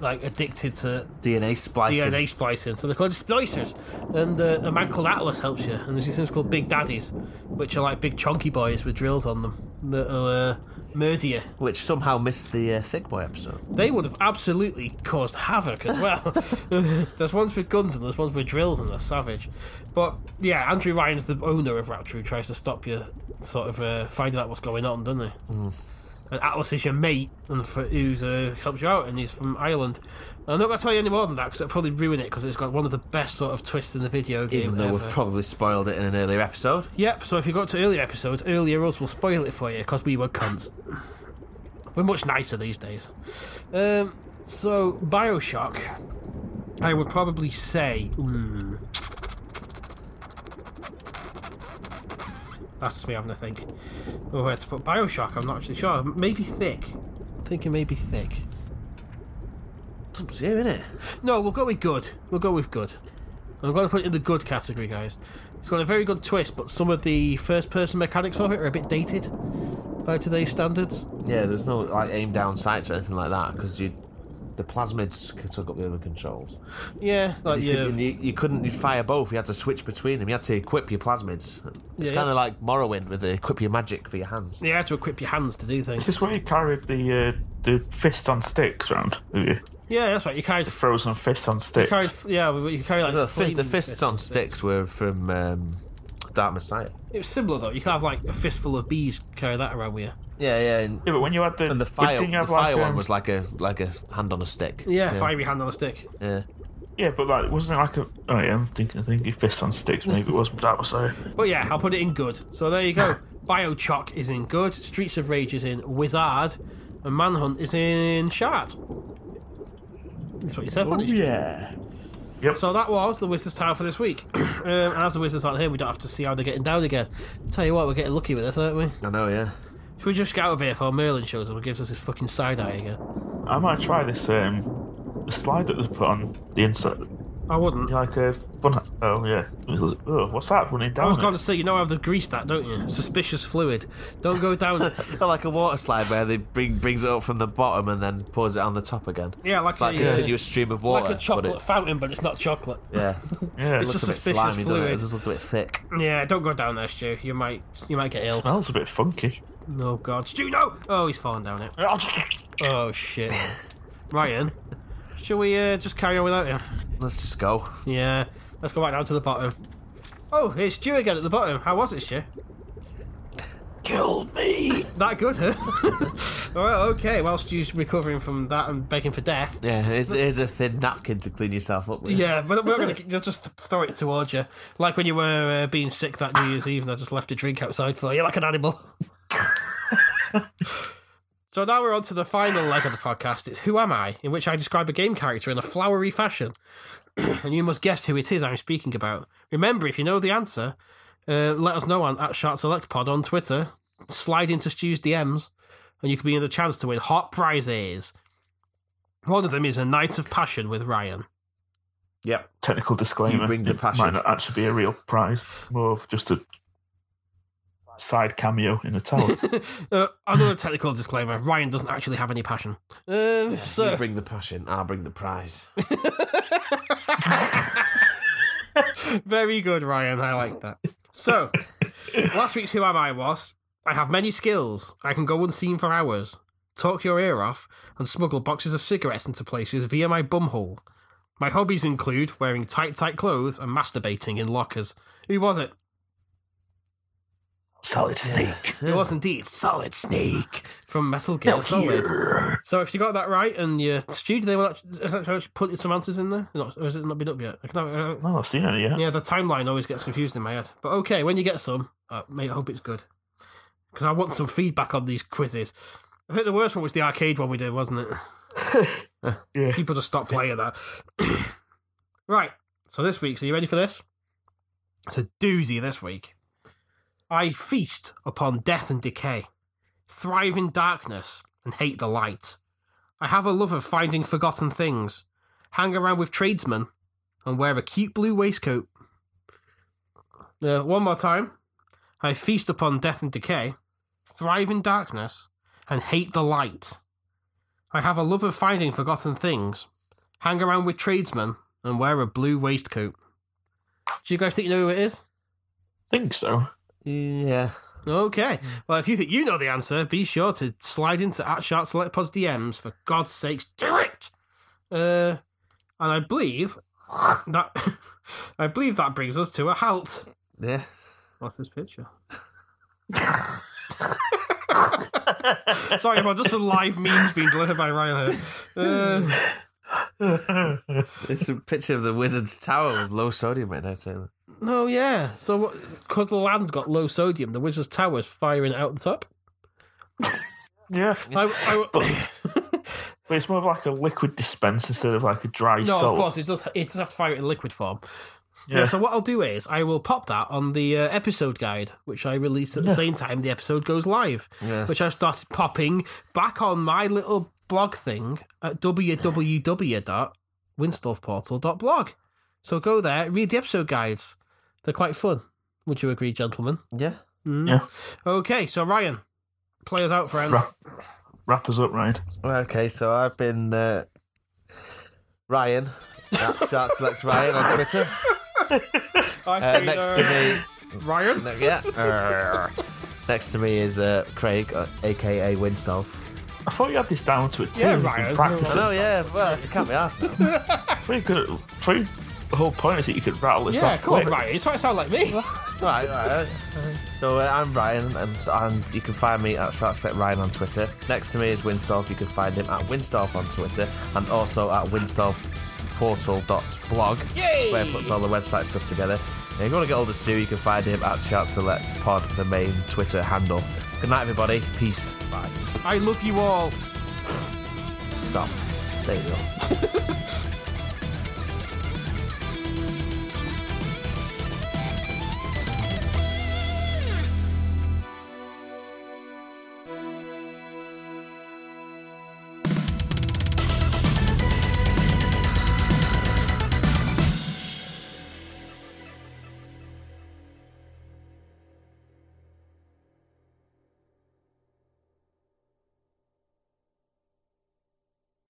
Speaker 1: like addicted to
Speaker 5: DNA splicing.
Speaker 1: DNA splicing. So they're called splicers. And uh, a man called Atlas helps you. And there's these things called Big Daddies, which are like big chunky boys with drills on them that'll uh, murder you.
Speaker 5: Which somehow missed the uh, Thick Boy episode.
Speaker 1: They would have absolutely caused havoc as well. there's ones with guns and there's ones with drills and they're savage. But yeah, Andrew Ryan's the owner of Rapture who tries to stop you sort of uh, finding out what's going on, doesn't he?
Speaker 5: Hmm.
Speaker 1: And Atlas is your mate, and for, who's uh, helps you out, and he's from Ireland. And I'm not going to tell you any more than that because it'll probably ruin it because it's got one of the best sort of twists in the video game
Speaker 5: Even though
Speaker 1: ever.
Speaker 5: we've probably spoiled it in an earlier episode.
Speaker 1: Yep, so if you got to earlier episodes, earlier us will spoil it for you because we were cunts. We're much nicer these days. Um, so, Bioshock, I would probably say. hmm. That's just me having to think. Oh, where to put Bioshock, I'm not actually sure. Maybe Thick. thinking maybe Thick.
Speaker 5: It's up to you, innit?
Speaker 1: No, we'll go with good. We'll go with good. I'm going to put it in the good category, guys. It's got a very good twist, but some of the first-person mechanics of it are a bit dated by today's standards.
Speaker 5: Yeah, there's no like aim down sights or anything like that because you the plasmids c- took up the other controls.
Speaker 1: Yeah, like
Speaker 5: you,
Speaker 1: your
Speaker 5: could, you, you couldn't fire both. You had to switch between them. You had to equip your plasmids. It's
Speaker 1: Yeah.
Speaker 5: kind of like Morrowind with the equip your magic for your hands.
Speaker 1: you had to equip your hands to do things.
Speaker 6: Is this where you carried the uh, the fist on sticks round? Have you?
Speaker 1: Yeah, that's right. You carried, you
Speaker 6: Frozen fist on sticks.
Speaker 1: carried yeah, we- you carry like
Speaker 5: The, fi-
Speaker 1: flame
Speaker 5: the fists on sticks were from um, Dark Messiah.
Speaker 1: It was similar though. You could have like a fistful of bees carry that around with you.
Speaker 5: Yeah, yeah, and,
Speaker 6: yeah, but when you had the
Speaker 5: and the
Speaker 6: but
Speaker 5: fire,
Speaker 6: didn't you
Speaker 5: the
Speaker 6: have
Speaker 5: fire
Speaker 6: like,
Speaker 5: one
Speaker 6: um,
Speaker 5: was like a like a hand on a stick.
Speaker 1: Yeah, fiery hand on a stick.
Speaker 5: yeah.
Speaker 6: yeah, but like wasn't it like a? Oh yeah, I'm thinking. I think you fist on sticks. Maybe it was, but that was so.
Speaker 1: But yeah, I'll put it in good. So there you go. Biochock is in good. Streets of Rage is in Wizard, and Manhunt is in Shard. That's what you said. wasn't it, Stu?
Speaker 6: yeah.
Speaker 1: So that was the Wizard's Tower for this week. um, and as the Wizards aren't here, we don't have to see how they're getting down again. Tell you what, we're getting lucky with this, aren't we?
Speaker 5: I know. Yeah,
Speaker 1: Should we just get out of here before Merlin shows up and gives us his fucking side eye again?
Speaker 6: I might try this um the slide that was put on the inside.
Speaker 1: I wouldn't.
Speaker 6: Like a fun. Oh yeah. Oh, what's that running down?
Speaker 1: I was
Speaker 6: it?
Speaker 1: going to say, you know how they've greased that, don't you? Suspicious fluid. Don't go down.
Speaker 5: like a water slide where they bring brings it up from the bottom and then pours it on the top again.
Speaker 1: yeah, like,
Speaker 5: like
Speaker 1: a, uh,
Speaker 5: a continuous stream of water.
Speaker 1: like a
Speaker 5: but
Speaker 1: chocolate
Speaker 5: it's,
Speaker 1: fountain, but it's not chocolate.
Speaker 5: Yeah,
Speaker 6: Yeah,
Speaker 5: it
Speaker 6: it
Speaker 1: just
Speaker 5: looks a bit
Speaker 1: suspicious
Speaker 5: slimy, doesn't it?
Speaker 1: fluid.
Speaker 5: It does look a bit thick.
Speaker 1: Yeah, don't go down there, Stu. You might, you might get ill.
Speaker 6: smells a bit funky.
Speaker 1: Oh God, Stu, no! Oh, he's falling down it. Oh shit. right then. Shall we uh, just carry on without him?
Speaker 5: Let's just go.
Speaker 1: Yeah. Let's go back down to the bottom. Oh, here's Stu again at the bottom. How was it, Stu?
Speaker 2: Kill me.
Speaker 1: That good, huh? well, okay. While Stu's recovering from that and begging for death,
Speaker 5: Yeah, here's, here's a thin napkin to clean yourself up with.
Speaker 1: Yeah, but we're going to just throw it towards you. Like when you were uh, being sick that New Year's Eve and I just left a drink outside for you like an animal. so now we're on to the final leg of the podcast. It's Who Am I? in which I describe a game character in a flowery fashion. and you must guess who it is I'm speaking about. Remember, if you know the answer, uh, let us know on at Shart Select Pod on Twitter. Slide into Stu's DMs and you could be in the chance to win hot prizes. One of them is a night of passion with Ryan.
Speaker 5: Yep.
Speaker 6: Technical disclaimer.
Speaker 5: You bring the
Speaker 6: it
Speaker 5: passion.
Speaker 6: Might not actually be a real prize. More of just a side cameo in a tower.
Speaker 1: Uh, another technical disclaimer: Ryan doesn't actually have any passion. Um,
Speaker 5: You
Speaker 1: so
Speaker 5: bring the passion, I'll bring the prize.
Speaker 1: very good, Ryan. I like that. So last week's Who Am I was: I have many skills. I can go unseen for hours, talk your ear off, and smuggle boxes of cigarettes into places via my bumhole. My hobbies include wearing tight, tight clothes and masturbating in lockers. Who was it?
Speaker 2: Solid snake.
Speaker 1: It was indeed Solid Snake from Metal Gear Solid.
Speaker 2: Here.
Speaker 1: So if you got that right and you Stu, do they want to put some answers in there? Not, or has it not been up yet? I can have- uh,
Speaker 6: no, I've seen any yet.
Speaker 1: yeah, the timeline always gets confused in my head. But okay, when you get some, uh, mate, I hope it's good. Because I want some feedback on these quizzes. I think the worst one was the arcade one we did, wasn't it?
Speaker 6: Yeah.
Speaker 1: People just stopped playing that. right, so this week, so you ready for this? It's a doozy this week. I feast upon death and decay, thrive in darkness, and hate the light. I have a love of finding forgotten things, hang around with tradesmen, and wear a cute blue waistcoat. Uh, one more time. I feast upon death and decay, thrive in darkness, and hate the light. I have a love of finding forgotten things, hang around with tradesmen, and wear a blue waistcoat. Do you guys think you know who it is?
Speaker 6: think so.
Speaker 5: Yeah.
Speaker 1: Okay. Well, if you think you know the answer, be sure to slide into at Shark Select Pod's DMs. For God's sakes, do it! Uh, and I believe that I believe that brings us to a halt.
Speaker 5: Yeah.
Speaker 1: What's this picture? Sorry, everyone, just some live memes being delivered by Ryan here. Uh,
Speaker 5: It's a picture of the Wizard's Tower with low sodium in it. Taylor.
Speaker 1: no, yeah. So, because the land's got low sodium, the Wizard's Tower's firing out the top.
Speaker 6: Yeah.
Speaker 1: I, I-
Speaker 6: But it's more of like a liquid dispense instead of like a dry
Speaker 1: no,
Speaker 6: salt.
Speaker 1: of course, it does, it does have to fire it in liquid form. Yeah.
Speaker 6: Yeah.
Speaker 1: so, what I'll do is I will pop that on the uh, episode guide, which I release at the same time the episode goes live,
Speaker 5: Yes.
Speaker 1: which I started popping back on my little blog thing at www.winstolfportal.blog. So, go there, read the episode guides. They're quite fun. Would you agree, gentlemen?
Speaker 5: Yeah.
Speaker 1: Okay, so Ryan, play us out, friend.
Speaker 6: Wrap us up, right?
Speaker 5: Well, okay, so I've been uh, Ryan. That's, that's Lex Ryan on Twitter. Uh,
Speaker 1: think,
Speaker 5: next
Speaker 1: uh,
Speaker 5: to me,
Speaker 1: Ryan.
Speaker 5: Ne- yeah. next to me is uh, Craig, uh, aka Winstolf.
Speaker 6: I thought you had this down to a T.
Speaker 5: Yeah,
Speaker 6: You've been
Speaker 5: Ryan.
Speaker 6: practicing.
Speaker 5: I know, Oh, yeah. Well, I can't be asked now.
Speaker 6: Pretty good. Pretty, the whole point is that you could rattle this
Speaker 1: Yeah,
Speaker 6: off
Speaker 1: come on,
Speaker 6: quick.
Speaker 1: Ryan. You try to sound like me.
Speaker 5: right, right. So uh, I'm Ryan, and and you can find me at Startset Ryan on Twitter. Next to me is Winstolf. You can find him at Winstolf on Twitter, and also at winstolfportal.blog,
Speaker 1: Yay!
Speaker 5: where he puts all the website stuff together. And if you want to get older Stu, you can find him at Shout Select Pod, the main Twitter handle. Good night, everybody. Peace. Bye.
Speaker 1: I love you all.
Speaker 5: Stop. There you go.